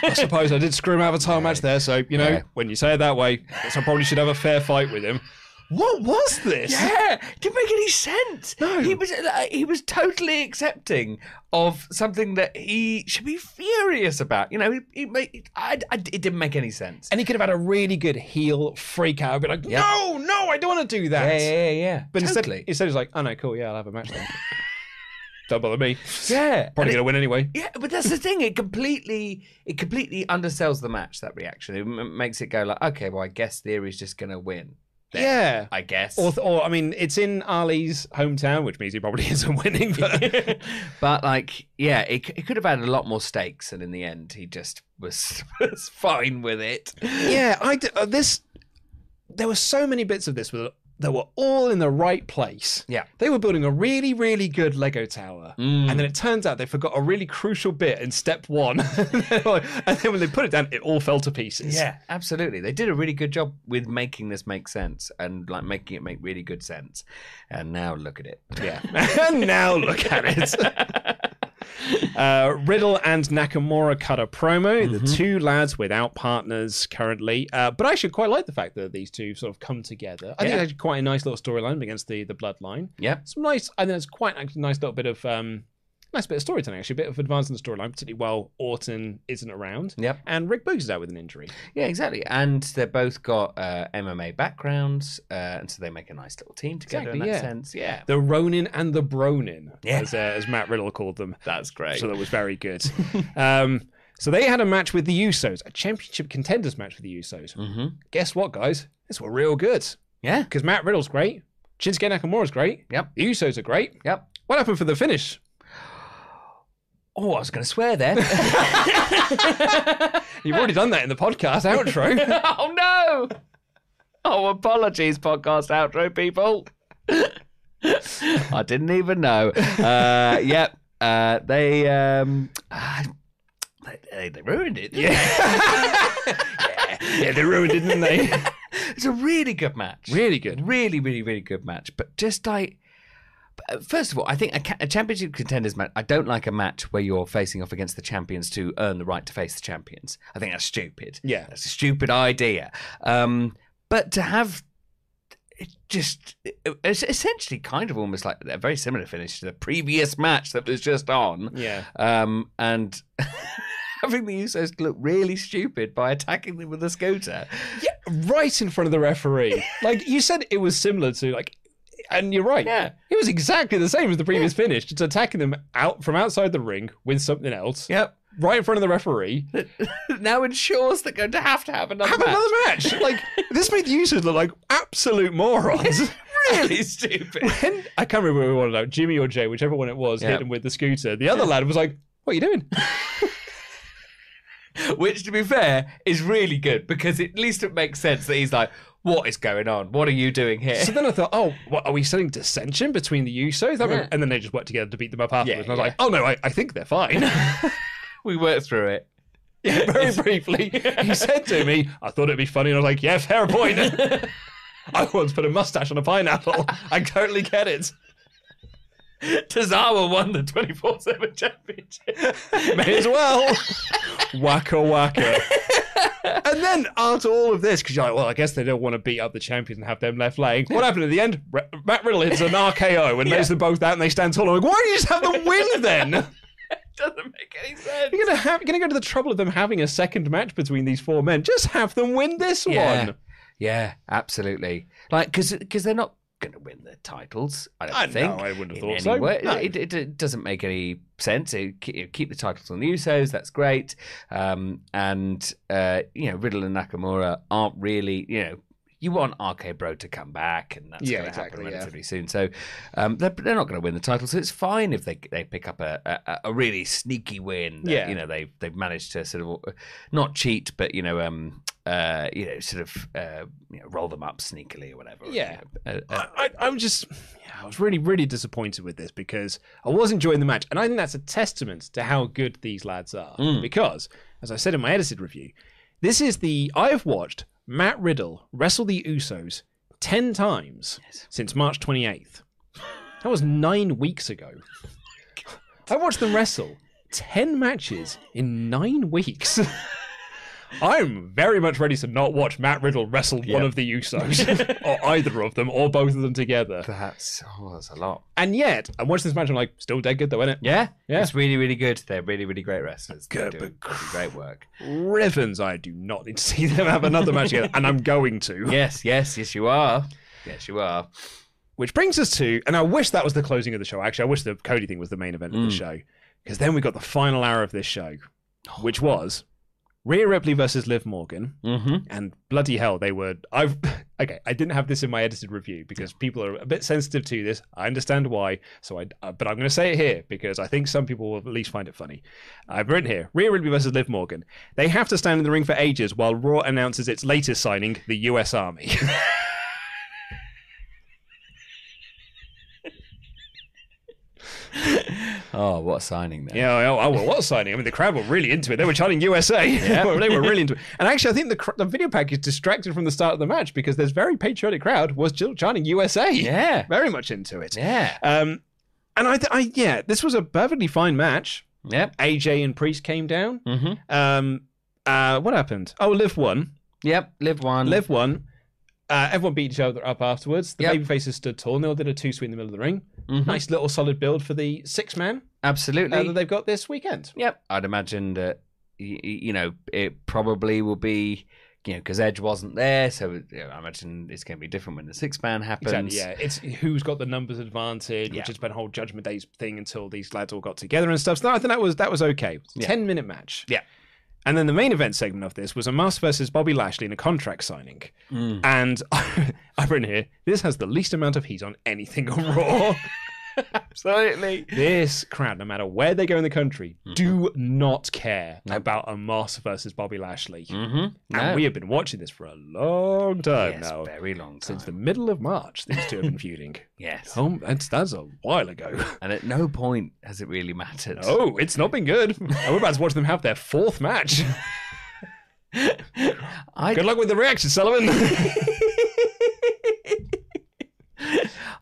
[SPEAKER 1] I suppose I did screw him out of a title match there. So, you know,
[SPEAKER 2] Yeah.
[SPEAKER 1] when you say it that way, I guess I probably should have a fair fight with him. What was this?
[SPEAKER 2] Yeah, didn't make any sense. No, he was uh, he was totally accepting of something that he should be furious about. You know, he, he made, I, I- it didn't make any sense.
[SPEAKER 1] And he could have had a really good heel freak out. I'd be like,
[SPEAKER 2] Yeah.
[SPEAKER 1] no, no, I don't want to do
[SPEAKER 2] yeah,
[SPEAKER 1] that.
[SPEAKER 2] yeah, yeah, yeah.
[SPEAKER 1] But
[SPEAKER 2] Totally.
[SPEAKER 1] instead, instead, he's like, oh no, cool, yeah, I'll have a match then. don't bother me.
[SPEAKER 2] yeah,
[SPEAKER 1] Probably
[SPEAKER 2] And
[SPEAKER 1] going to win anyway.
[SPEAKER 2] it- yeah, but that's the thing. It completely it completely undersells the match. That reaction it m- makes it go like, okay, well, I guess Theory's just gonna win. then,
[SPEAKER 1] Yeah.
[SPEAKER 2] I guess.
[SPEAKER 1] Or, or, I mean, it's in Ali's hometown, which means he probably isn't winning. But
[SPEAKER 2] But like, yeah, it, c- it could have had a lot more stakes, and in the end, he just was was fine with it.
[SPEAKER 1] yeah, I d- uh, this there were so many bits of this with- that were all in the right place.
[SPEAKER 2] Yeah. Mm.
[SPEAKER 1] They were building a really, really good Lego tower. And then it turns out they forgot a really crucial bit in step one. and then when they put it down, it all fell to pieces.
[SPEAKER 2] Yeah, absolutely. They did a really good job with making this make sense and like making it make really good sense. And now look at it.
[SPEAKER 1] Yeah. and now look at it. Uh, Riddle and Nakamura cut a promo, the
[SPEAKER 2] Mm-hmm.
[SPEAKER 1] two lads without partners currently. Uh, but I actually quite like the fact that these two sort of come together. I think
[SPEAKER 2] Yeah.
[SPEAKER 1] it's actually quite a nice little storyline against the, the Bloodline.
[SPEAKER 2] Yep.
[SPEAKER 1] some nice. I think it's quite a nice little bit of um, nice bit of storytelling actually, a bit of advance in the storyline, particularly while Orton isn't around.
[SPEAKER 2] Yep.
[SPEAKER 1] And Rick Boogs is out with an injury.
[SPEAKER 2] Yeah, exactly. And they've both got uh, MMA backgrounds, uh, and so they make a nice little team together
[SPEAKER 1] Exactly,
[SPEAKER 2] in that
[SPEAKER 1] yeah.
[SPEAKER 2] sense. Yeah.
[SPEAKER 1] The Ronin and the Bronin,
[SPEAKER 2] Yeah.
[SPEAKER 1] as, uh, as Matt Riddle called them.
[SPEAKER 2] That's great.
[SPEAKER 1] So that was very good. um, so they had a match with the Usos, a championship contenders match with the Usos.
[SPEAKER 2] hmm
[SPEAKER 1] Guess what, guys? This were real good
[SPEAKER 2] Yeah.
[SPEAKER 1] because Matt Riddle's great, Shinsuke Nakamura's great,
[SPEAKER 2] Yep.
[SPEAKER 1] the Usos are great.
[SPEAKER 2] Yep.
[SPEAKER 1] What happened for the finish?
[SPEAKER 2] Oh, I was going to swear there.
[SPEAKER 1] You've already done that in the podcast outro.
[SPEAKER 2] oh no! Oh, apologies, podcast outro people. I didn't even know. Uh, yep. Uh, they um, they- they, they ruined it. didn't they? yeah, they ruined it, didn't they? it's a really good match.
[SPEAKER 4] Really good.
[SPEAKER 2] Really, really, really good match. But just like, uh, first of all, I think a, ca- a championship contenders match. I don't like a match where you're facing off against the champions to earn the right to face the champions. I think that's stupid.
[SPEAKER 1] Yeah.
[SPEAKER 2] that's a stupid idea. Um, but to have it just it's essentially kind of almost like a very similar finish to the previous match that was just on.
[SPEAKER 1] Yeah.
[SPEAKER 2] Um, and having the Usos look really stupid by attacking them with a scooter.
[SPEAKER 1] Yeah, right in front of the referee. like you said, it was similar to like, and you're right.
[SPEAKER 2] Yeah.
[SPEAKER 1] it was exactly the same as the previous finish. It's attacking them out from outside the ring with something else,
[SPEAKER 2] Yep.
[SPEAKER 1] right in front of the referee.
[SPEAKER 2] now ensures they're going to have to have another
[SPEAKER 1] Have
[SPEAKER 2] match.
[SPEAKER 1] another match. Like this made the users look like absolute morons.
[SPEAKER 2] really stupid.
[SPEAKER 1] and I can't remember who we wanted out, Jimmy or Jay, whichever one it was,
[SPEAKER 2] Yeah.
[SPEAKER 1] hit him with the scooter. The other lad was like, "What are you doing?"
[SPEAKER 2] Which, to be fair, is really good because at least it makes sense that he's like, "What is going on? What are you doing here?"
[SPEAKER 1] So then I thought, oh, what, are we setting dissension between the Usos? That
[SPEAKER 2] Yeah.
[SPEAKER 1] And then they just worked together to beat them up afterwards. and I
[SPEAKER 2] Yeah,
[SPEAKER 1] was
[SPEAKER 2] yeah.
[SPEAKER 1] like, oh no, I, I think they're fine.
[SPEAKER 2] we worked through it.
[SPEAKER 1] Yeah, very briefly, he said to me, I thought it'd be funny. And I was like, yeah, fair point. I once put a mustache on a pineapple. I totally get it.
[SPEAKER 2] Tazawa won the twenty four seven championship.
[SPEAKER 1] May as well. waka waka. And then after all of this, because you're like, well, I guess they don't want to beat up the champions and have them left laying. What happened at the end? Re- Matt Riddle hits an RKO and lays them both out, and they stand tall. I'm like, why don't you just have them win then?
[SPEAKER 2] Doesn't make any sense.
[SPEAKER 1] You're gonna have, you're gonna go to the trouble of them having a second match between these four men. Just have them win this
[SPEAKER 2] Yeah.
[SPEAKER 1] one.
[SPEAKER 2] Yeah, absolutely. Like, because they're not going to win the titles. I don't
[SPEAKER 1] I- no,
[SPEAKER 2] think.
[SPEAKER 1] I wouldn't have
[SPEAKER 2] in
[SPEAKER 1] thought
[SPEAKER 2] any
[SPEAKER 1] so.
[SPEAKER 2] way.
[SPEAKER 1] No.
[SPEAKER 2] It, it, it doesn't make any sense. It, ke- it keep the titles on the Usos. That's great. Um, and uh, you know, Riddle and Nakamura aren't really. You know, you want RK Bro to come back, and that's
[SPEAKER 1] Yeah,
[SPEAKER 2] going to
[SPEAKER 1] exactly,
[SPEAKER 2] happen
[SPEAKER 1] yeah.
[SPEAKER 2] relatively soon. So um, they're, they're not going to win the title. So it's fine if they they pick up a, a, a really sneaky win. that,
[SPEAKER 1] Yeah.
[SPEAKER 2] you know, they've they've managed to sort of not cheat, but you know, um, uh, you know, sort of uh, you know, roll them up sneakily or whatever.
[SPEAKER 1] Yeah.
[SPEAKER 2] You know, uh, uh,
[SPEAKER 1] I, I, I'm just, yeah, I was really, really disappointed with this because I was enjoying the match, and I think that's a testament to how good these lads are. Because, as I said in my edited review, this is the I've watched Matt Riddle wrestle the Usos ten times since March 28th. That was nine weeks ago. I watched them wrestle ten matches in nine weeks. I'm very much ready to not watch Matt Riddle wrestle one of the Usos, or either of them, or both of them together.
[SPEAKER 2] that's oh, that's a lot.
[SPEAKER 1] And yet, I'm watching this match. I'm like, still dead good though, isn't it?
[SPEAKER 2] Yeah,
[SPEAKER 1] Yeah.
[SPEAKER 2] it's really, really good. They're really, really great wrestlers. They
[SPEAKER 1] Good,
[SPEAKER 2] do
[SPEAKER 1] but
[SPEAKER 2] really great work.
[SPEAKER 1] Rivens, I do not need to see them have another match together, and I'm going to.
[SPEAKER 2] Yes, yes, yes, you are. Yes, you are.
[SPEAKER 1] Which brings us to, and I wish that was the closing of the show. Actually, I wish the Cody thing was the main event of the show, because then we got the final hour of this show, which was Rhea Ripley versus Liv Morgan.
[SPEAKER 2] Mm-hmm.
[SPEAKER 1] and bloody hell they were i've okay i didn't have this in my edited review because people are a bit sensitive to this i understand why so i uh, but i'm going to say it here because i think some people will at least find it funny i've written here Rhea Ripley versus liv morgan they have to stand in the ring for ages while raw announces its latest signing the us army
[SPEAKER 2] Oh, what a signing there!
[SPEAKER 1] Yeah, oh, oh, well, what signing? I mean, the crowd were really into it. They were chanting USA. they were really into it. And actually, I think the, cr- the video package distracted from the start of the match because this very patriotic crowd was still chanting USA.
[SPEAKER 2] Yeah.
[SPEAKER 1] Very much into it.
[SPEAKER 2] Yeah.
[SPEAKER 1] Um, and I, th- I, yeah, this was a perfectly fine match.
[SPEAKER 2] Yep.
[SPEAKER 1] AJ and Priest came down.
[SPEAKER 2] Mm-hmm.
[SPEAKER 1] Um, uh, what happened? Oh, Liv won.
[SPEAKER 2] Yep. Live one.
[SPEAKER 1] Liv won. Uh, everyone beat each other up afterwards. The
[SPEAKER 2] Yep.
[SPEAKER 1] baby faces stood tall. Neil did a two sweep in the middle of the ring.
[SPEAKER 2] Mhm.
[SPEAKER 1] Nice little solid build for the six man
[SPEAKER 2] Absolutely.
[SPEAKER 1] uh, that they've got this weekend.
[SPEAKER 2] Yep. I'd imagine that y- y- you know it probably will be you know because Edge wasn't there, so you know, I imagine it's going to be different when the six man happens.
[SPEAKER 1] Exactly. Yeah, it's who's got the numbers advantage,
[SPEAKER 2] Yeah.
[SPEAKER 1] which has been a whole Judgment Day thing until these lads all got together and stuff. So no, I think that was that was okay.
[SPEAKER 2] Yeah.
[SPEAKER 1] Ten minute match.
[SPEAKER 2] Yeah.
[SPEAKER 1] And then the main event segment of this was Amos versus Bobby Lashley in a contract signing.
[SPEAKER 2] Mm.
[SPEAKER 1] And I've written here, this has the least amount of heat on anything on Raw.
[SPEAKER 2] Absolutely.
[SPEAKER 1] this crowd, no matter where they go in the country,
[SPEAKER 2] Mm-hmm.
[SPEAKER 1] do not care about a Moss versus Bobby Lashley.
[SPEAKER 2] Mm-hmm.
[SPEAKER 1] And we have been watching this for a long time
[SPEAKER 2] yes,
[SPEAKER 1] now.
[SPEAKER 2] very long time.
[SPEAKER 1] Since the middle of March, these two have been feuding.
[SPEAKER 2] yes.
[SPEAKER 1] Oh, that's, that's a while ago.
[SPEAKER 2] And at no point has it really mattered.
[SPEAKER 1] Oh, it's not been good. And we're about to watch them have their fourth match.
[SPEAKER 2] I,
[SPEAKER 1] Good luck with the reaction, Sullivan.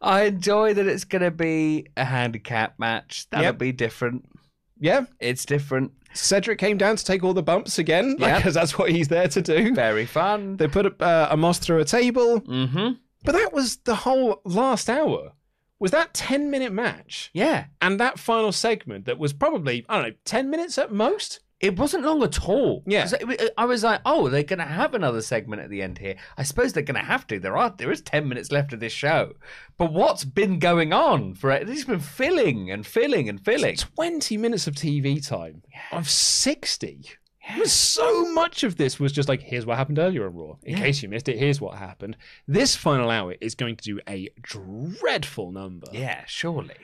[SPEAKER 2] I enjoy that it's going to be a handicap match. That'll
[SPEAKER 1] Yep.
[SPEAKER 2] be different.
[SPEAKER 1] yeah.
[SPEAKER 2] It's different.
[SPEAKER 1] Cedric came down to take all the bumps again, because
[SPEAKER 2] Yeah.
[SPEAKER 1] that's what he's there to do.
[SPEAKER 2] Very fun.
[SPEAKER 1] They put uh, Amos through a table.
[SPEAKER 2] Mm-hmm.
[SPEAKER 1] But that was the whole last hour. Was that 10 minute match?
[SPEAKER 2] Yeah.
[SPEAKER 1] And that final segment that was probably, I don't know, 10 minutes at most?
[SPEAKER 2] It wasn't long at all.
[SPEAKER 1] Yeah.
[SPEAKER 2] So it wa- I was like, oh, they're going to have another segment at the end here. I suppose they're going to have to. There are there is ten minutes left of this show, but what's been going on for it? It's been filling and filling and filling.
[SPEAKER 1] 20 minutes of TV time of 60. It was So much of this was just like, here's what happened earlier on Raw. In case you missed it, here's what happened. This final hour is going to do a dreadful number.
[SPEAKER 2] Yeah, surely.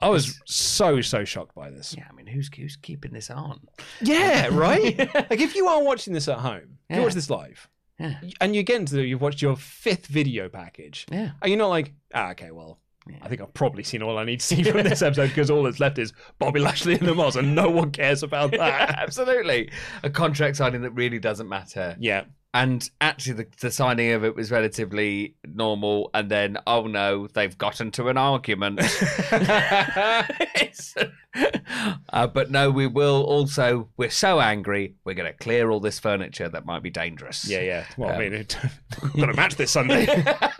[SPEAKER 1] I was so, so shocked by this.
[SPEAKER 2] Yeah, I mean, who's who's keeping this on?
[SPEAKER 1] Yeah, right? like, if you are watching this at home, if you
[SPEAKER 2] Yeah.
[SPEAKER 1] watch this live,
[SPEAKER 2] Yeah.
[SPEAKER 1] and you get into the, you've watched your fifth video package,
[SPEAKER 2] Yeah.
[SPEAKER 1] are you not like, ah, okay, well, I think I've probably seen all I need to see from this episode because all that's left is Bobby Lashley and the Moz, and no one cares about that.
[SPEAKER 2] Absolutely. A contract signing that really doesn't matter.
[SPEAKER 1] yeah.
[SPEAKER 2] And actually, the, the signing of it was relatively normal. And then, oh no, they've gotten to an argument. It's- uh, but no, we will also, we're so angry, we're going to clear all this furniture that might be dangerous.
[SPEAKER 1] Yeah, yeah. Well, I mean, it, we've got a match this Sunday.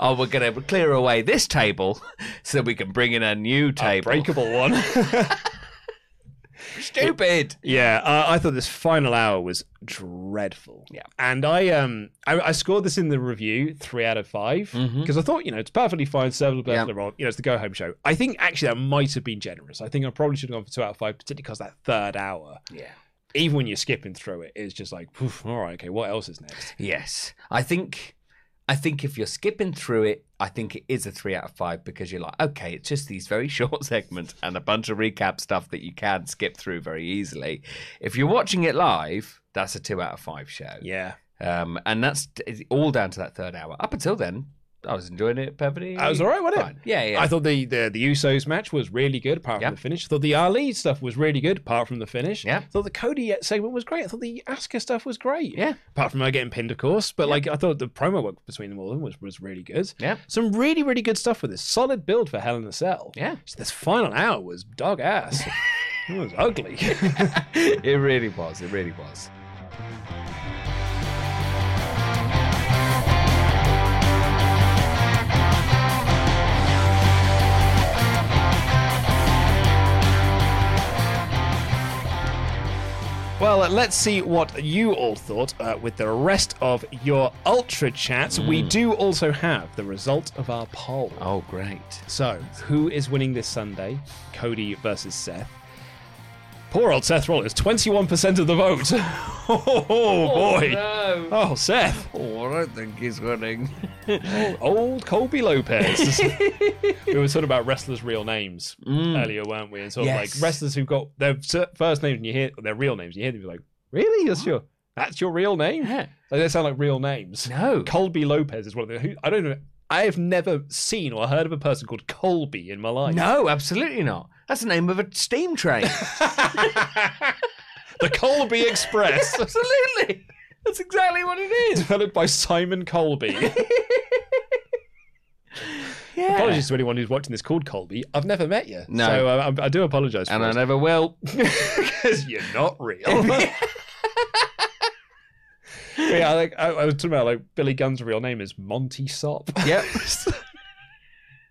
[SPEAKER 2] Oh, we're going to clear away this table so that we can bring in a new
[SPEAKER 1] a
[SPEAKER 2] table.
[SPEAKER 1] breakable one.
[SPEAKER 2] Stupid.
[SPEAKER 1] yeah, uh, I thought this final hour was dreadful.
[SPEAKER 2] Yeah.
[SPEAKER 1] and I um I, I scored this in the review three out of five because I thought you know it's perfectly fine, serviceable,
[SPEAKER 2] Mm-hmm. Yeah.
[SPEAKER 1] perfectly wrong. You know, it's the go home show. I think actually that might have been generous. I think I probably should have gone for two out of five, particularly because that third hour.
[SPEAKER 2] Yeah.
[SPEAKER 1] even when you're skipping through it, it's just like, "Poof, all right, okay, what else is next?
[SPEAKER 2] Yes, I think, I think if you're skipping through it, I think it is a three out of five because you're like, okay, it's just these very short segments and a bunch of recap stuff that you can skip through very easily. If you're watching it live, that's a two out of five show.
[SPEAKER 1] Yeah,
[SPEAKER 2] Um, and that's it's all down to that third hour. Up until then, I was enjoying it perfectly.
[SPEAKER 1] I was all right with it.
[SPEAKER 2] Fine. Yeah, yeah.
[SPEAKER 1] I thought the, the the Usos match was really good, apart from
[SPEAKER 2] Yeah.
[SPEAKER 1] the finish. I thought the Ali stuff was really good, apart from the finish.
[SPEAKER 2] Yeah.
[SPEAKER 1] I thought the Cody segment was great. I thought the Asuka stuff was great.
[SPEAKER 2] Yeah.
[SPEAKER 1] Apart from her getting pinned, of course. But like, I thought the promo work between them all of them was, was really good.
[SPEAKER 2] Yeah.
[SPEAKER 1] Some really really good stuff with this solid build for Hell in a Cell.
[SPEAKER 2] Yeah.
[SPEAKER 1] So this final hour was dog ass. it was ugly.
[SPEAKER 2] it really was. It really was.
[SPEAKER 1] Well, uh, let's see what you all thought uh, with the rest of your Ultra chats. We
[SPEAKER 2] Mm.
[SPEAKER 1] do also have the result of our poll.
[SPEAKER 2] Oh, great.
[SPEAKER 1] So, who is winning this Sunday? Cody versus Seth. Poor old Seth Rollins, 21% of the vote. oh, boy.
[SPEAKER 2] no.
[SPEAKER 1] Oh, Seth.
[SPEAKER 2] Oh, I don't think he's winning.
[SPEAKER 1] Old Colby Lopez. we were talking about wrestlers' real names earlier, weren't we? And sort of
[SPEAKER 2] Mm. Yes.
[SPEAKER 1] like wrestlers who've got their s- first names and you hear their real names, and you hear them you're like, really? That's your that's your real name?
[SPEAKER 2] Yeah.
[SPEAKER 1] Like, they sound like real names.
[SPEAKER 2] No.
[SPEAKER 1] Colby Lopez is one of the who I don't know. I have never seen or heard of a person called Colby in my life.
[SPEAKER 2] No, absolutely not. That's the name of a steam train.
[SPEAKER 1] The Colby Express,
[SPEAKER 2] Absolutely. That's exactly what it is.
[SPEAKER 1] developed by Simon Colby.
[SPEAKER 2] Yeah.
[SPEAKER 1] Apologies to anyone who's watching this called Colby. I've never met you,
[SPEAKER 2] No.
[SPEAKER 1] so uh, I, I do apologise.
[SPEAKER 2] And
[SPEAKER 1] for
[SPEAKER 2] I never will.
[SPEAKER 1] because you're not real. But yeah, like I, I was talking about like Billy Gunn's real name is Monty Sop.
[SPEAKER 2] Yep.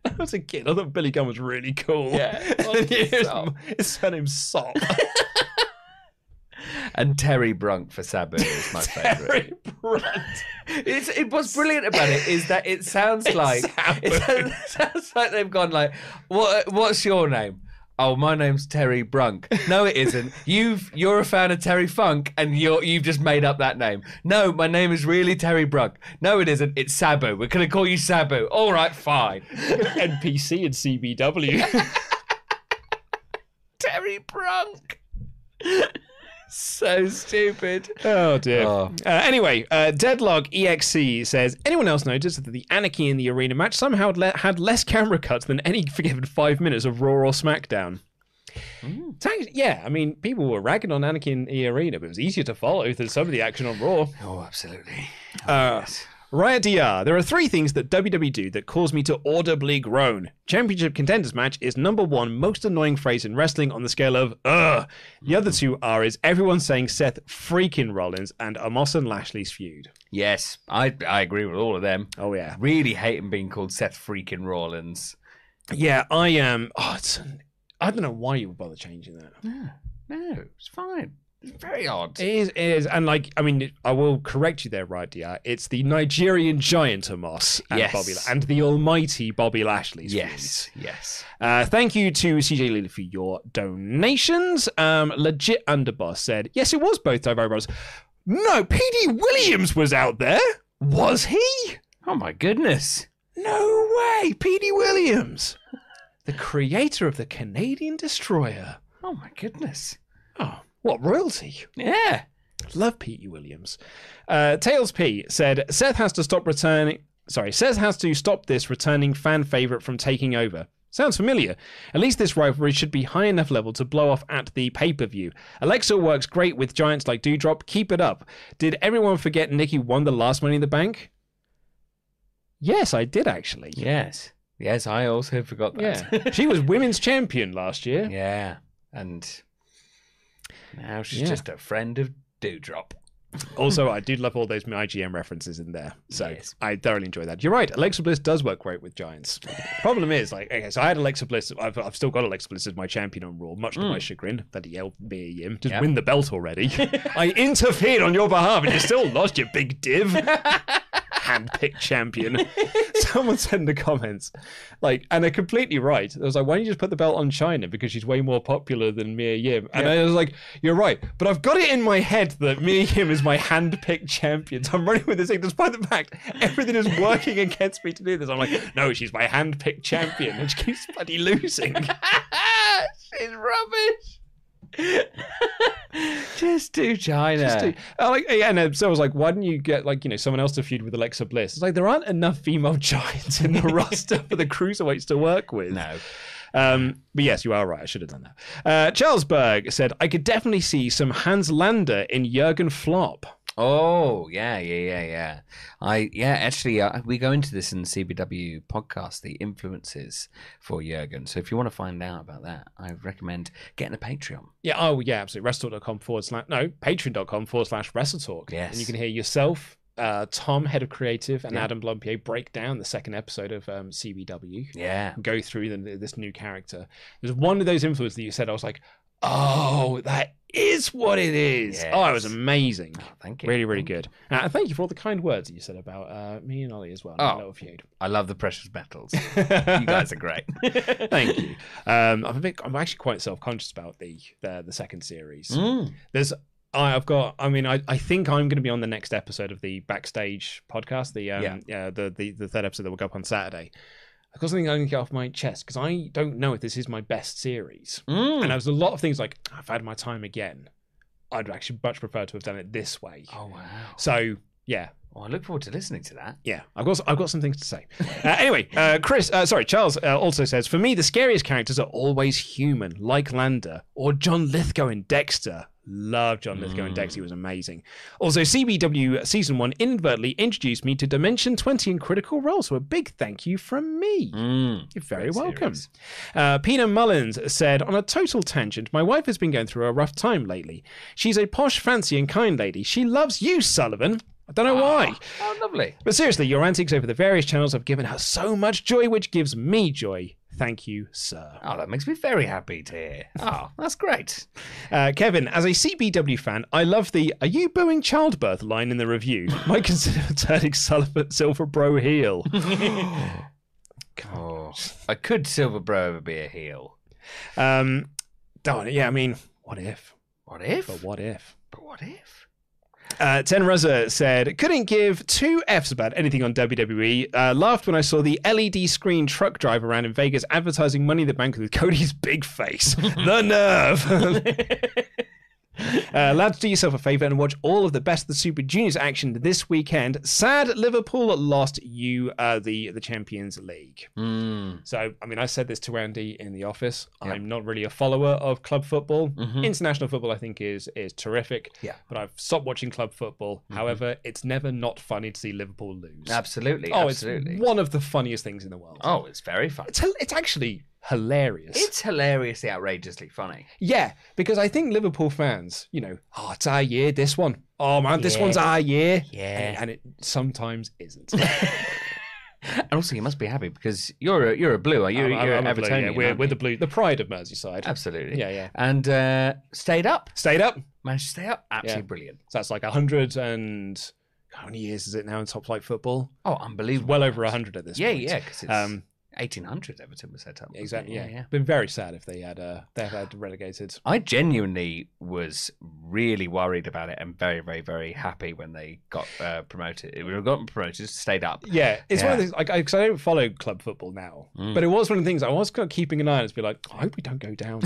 [SPEAKER 1] I was a kid. I thought Billy Gunn was really cool.
[SPEAKER 2] Yeah,
[SPEAKER 1] And then
[SPEAKER 2] Monty
[SPEAKER 1] his,
[SPEAKER 2] Sop.
[SPEAKER 1] his surname's Sop.
[SPEAKER 2] and Terry Brunk for Sabu is my favourite.
[SPEAKER 1] Very brilliant.
[SPEAKER 2] It's, it what's brilliant about it is that it sounds like it sounds, it sounds like they've gone like, what? What's your name? "Oh, my name's Terry Brunk." No, it isn't. You've you're a fan of Terry Funk, and you're you've just made up that name. No, my name is really Terry Brunk. No, it isn't. It's Sabu. We're gonna call you Sabu. All right, fine.
[SPEAKER 1] NPC and CBW.
[SPEAKER 2] Terry Brunk. so stupid.
[SPEAKER 1] oh dear.
[SPEAKER 2] Oh.
[SPEAKER 1] Uh, anyway, uh, Deadlog EXE says, anyone else notice that the Anarchy in the Arena match somehow le- had less camera cuts than any given five minutes of Raw or SmackDown? Thanks- Yeah, I mean, people were ragging on Anarchy in the Arena, but it was easier to follow than some of the action on Raw.
[SPEAKER 2] Oh, absolutely.
[SPEAKER 1] Uh, Riot DR, there are three things that WWE do that cause me to audibly groan. Championship contenders match is number one most annoying phrase in wrestling on the scale of ugh. The other two are is everyone saying Seth freaking Rollins and Amos and Lashley's feud.
[SPEAKER 2] Yes, I I agree with all of them.
[SPEAKER 1] Oh yeah,
[SPEAKER 2] Really hate him being called Seth freaking Rollins.
[SPEAKER 1] yeah. I am. Um, oh, it's. I don't know why you would bother changing that.
[SPEAKER 2] No, no, it's fine. It's very odd.
[SPEAKER 1] It is, it is, and like I mean, I will correct you there, right, Dr. It's the Nigerian giant Amos and
[SPEAKER 2] Yes.
[SPEAKER 1] Bobby and the almighty Bobby Lashley's feud.
[SPEAKER 2] yes, yes.
[SPEAKER 1] Uh, thank you to CJ Lily for your donations. Um, Legit Underboss said, yes, it was both Dive Robots. No, PD Williams was out there. Was he?
[SPEAKER 2] Oh my goodness.
[SPEAKER 1] No way. PD Williams, the creator of the Canadian Destroyer.
[SPEAKER 2] Oh my goodness.
[SPEAKER 1] Oh, what royalty.
[SPEAKER 2] Yeah.
[SPEAKER 1] Love Pete E. Williams. Uh, Tails P said Seth has to stop returning. Sorry, Seth has to stop this returning fan favorite from taking over. Sounds familiar. At least this rivalry should be high enough level to blow off at the pay per view. Alexa works great with giants like Dewdrop. Keep it up. Did everyone forget Nikki won the last Money in the Bank? Yes, I did actually.
[SPEAKER 2] Yes. Yes, I also forgot that.
[SPEAKER 1] Yeah. she was women's champion last year.
[SPEAKER 2] yeah. And now she's
[SPEAKER 1] Yeah.
[SPEAKER 2] just a friend of Dewdrop.
[SPEAKER 1] Also, I do love all those IGM references in there. So
[SPEAKER 2] Yes.
[SPEAKER 1] I thoroughly enjoy that. You're right. Alexa Bliss does work great with Giants. Problem is, like, okay, so I had Alexa Bliss. I've, I've still got Alexa Bliss as my champion on Raw, much to my chagrin. Bloody hell, me, him. Just
[SPEAKER 2] Mm. Yeah.
[SPEAKER 1] win the belt already. I interfered on your behalf and you still lost, you big div. Handpicked champion. Someone said in the comments, like, and they're completely right. I was like, why don't you just put the belt on China because she's way more popular than Mia Yim? And I was like, you're right, but I've got it in my head that Mia Yim is my handpicked champion. So I'm running with this thing, despite the fact everything is working against me to do this. I'm like, no, she's my handpicked champion, and she keeps bloody losing.
[SPEAKER 2] she's rubbish. just do China.
[SPEAKER 1] Just do- I like, yeah, and uh, so I was like, why didn't you get like you know someone else to feud with Alexa Bliss? It's like there aren't enough female giants in the roster for the cruiserweights to work with.
[SPEAKER 2] No.
[SPEAKER 1] Um, but yes, you are right. I should have done that. Uh, Charles Berg said, I could definitely see some Hans Lander in Jurgen Flop.
[SPEAKER 2] Oh yeah, yeah, yeah, yeah. I yeah. Actually, uh, we go into this in the CBW podcast, the influences for Jurgen. So if you want to find out about that, I recommend getting a Patreon.
[SPEAKER 1] Yeah, oh, yeah, absolutely. WrestleTalk.com forward slash, no, patreon.com forward slash WrestleTalk.
[SPEAKER 2] Yes.
[SPEAKER 1] And you can hear yourself, uh, Tom, head of creative, and
[SPEAKER 2] Yeah.
[SPEAKER 1] Adam Blompier break down the second episode of um, CBW.
[SPEAKER 2] Yeah,
[SPEAKER 1] Go through the, this new character. There's one of those influences that you said, I was like, oh, that is what it is. Oh, it was
[SPEAKER 2] Yes.
[SPEAKER 1] amazing.
[SPEAKER 2] thank you.
[SPEAKER 1] Really, really
[SPEAKER 2] Thank you.
[SPEAKER 1] good. Uh, and thank you for all the kind words that you said about uh, me and Ollie as well. and our
[SPEAKER 2] Oh.
[SPEAKER 1] little feud.
[SPEAKER 2] I love the precious metals. you guys are great.
[SPEAKER 1] Thank you. Um, I'm a bit. I'm actually quite self conscious about the, the the second series.
[SPEAKER 2] Mm.
[SPEAKER 1] There's. I, I've got. I mean, I, I think I'm going to be on the next episode of the backstage podcast. The um, yeah. the, the the third episode that will go up on Saturday. I've got something I need to get off my chest because I don't know if this is my best series.
[SPEAKER 2] Mm.
[SPEAKER 1] And there's a lot of things like I've had my time again. I'd actually much prefer to have done it this way.
[SPEAKER 2] Oh wow.
[SPEAKER 1] So yeah,
[SPEAKER 2] Well, I look forward to listening to that.
[SPEAKER 1] yeah, I've got I've got some things to say. Uh, anyway, uh, Chris, uh, sorry, Charles uh, also says for me the scariest characters are always human, like Lander or John Lithgow in Dexter. Love John Lithgow in Dexter; he was amazing. Also, CBW season one inadvertently introduced me to Dimension Twenty and Critical Role, so a big thank you from me.
[SPEAKER 2] Mm.
[SPEAKER 1] You're very
[SPEAKER 2] Great
[SPEAKER 1] welcome.
[SPEAKER 2] series.
[SPEAKER 1] Uh, Pina Mullins said, on a total tangent, my wife has been going through a rough time lately. She's a posh, fancy, and kind lady. She loves you, Sullivan. I don't know why.
[SPEAKER 2] Oh, lovely.
[SPEAKER 1] But seriously, your antics over the various channels have given her so much joy, which gives me joy. Thank you, sir.
[SPEAKER 2] Oh, that makes me very happy to hear. Oh, that's great.
[SPEAKER 1] Uh, Kevin, as a CBW fan, I love the "Are you booing childbirth?" line in the review. Might consider turning Sullivan Silver Bro heel.
[SPEAKER 2] Oh, I could silver bro ever be a heel.
[SPEAKER 1] Um, darn it. Yeah, I mean, what if?
[SPEAKER 2] What if?
[SPEAKER 1] But what if?
[SPEAKER 2] But what if?
[SPEAKER 1] Uh, Ten Reza said, couldn't give two Fs about anything on WWE. Uh, laughed when I saw the LED screen truck drive around in Vegas advertising Money in the Bank with Cody's big face. the nerve! Uh, lads, do yourself a favour and watch all of the best of the Super Juniors action this weekend. Sad Liverpool lost you uh, the the Champions League.
[SPEAKER 2] Mm.
[SPEAKER 1] So, I mean, I said this to Andy in the office. I'm not really a follower of club football. International football, I think, is is terrific.
[SPEAKER 2] Mm-hmm. Yeah. Mm-hmm.
[SPEAKER 1] But I've stopped watching club football. However, it's never not funny to see Liverpool lose.
[SPEAKER 2] Absolutely.
[SPEAKER 1] Oh,
[SPEAKER 2] absolutely.
[SPEAKER 1] it's one of the funniest things in the world.
[SPEAKER 2] Oh, it's very fun.
[SPEAKER 1] It's, hil- it's actually hilarious.
[SPEAKER 2] It's hilariously outrageously funny.
[SPEAKER 1] Yeah, because I think Liverpool fans, you know, oh, it's our year, this one. Oh, man, this
[SPEAKER 2] Yeah.
[SPEAKER 1] one's our year.
[SPEAKER 2] Yeah.
[SPEAKER 1] And, and it sometimes isn't.
[SPEAKER 2] And also, you must be happy because you're a, you're a blue. Are you?
[SPEAKER 1] I'm- I'm-
[SPEAKER 2] you're
[SPEAKER 1] I'm
[SPEAKER 2] an
[SPEAKER 1] Evertonian.
[SPEAKER 2] Evertonian.
[SPEAKER 1] We're,
[SPEAKER 2] aren't
[SPEAKER 1] we're
[SPEAKER 2] you?
[SPEAKER 1] the blue, the pride of Merseyside.
[SPEAKER 2] Absolutely.
[SPEAKER 1] Yeah, yeah.
[SPEAKER 2] And uh, stayed up.
[SPEAKER 1] Stayed up.
[SPEAKER 2] Managed to stay up. Absolutely brilliant.
[SPEAKER 1] So that's like 100 and how many years is it now in top flight football?
[SPEAKER 2] Oh, unbelievable.
[SPEAKER 1] Well over 100 at this
[SPEAKER 2] Yeah,
[SPEAKER 1] point.
[SPEAKER 2] yeah. Because it's
[SPEAKER 1] Um,
[SPEAKER 2] 1800 Everton was set up. wasn't it?
[SPEAKER 1] Exactly. Yeah, yeah. Been very sad if they had uh, they had relegated.
[SPEAKER 2] I genuinely was really worried about it and very, very, very happy when they got uh, promoted. We were gotten promoted, stayed up.
[SPEAKER 1] Yeah, it's one of
[SPEAKER 2] Yeah. Mm.
[SPEAKER 1] those like because I, don't follow club football now, but it was one of the things I was kind of keeping an eye on. Is be like, "Oh, I hope we don't go down.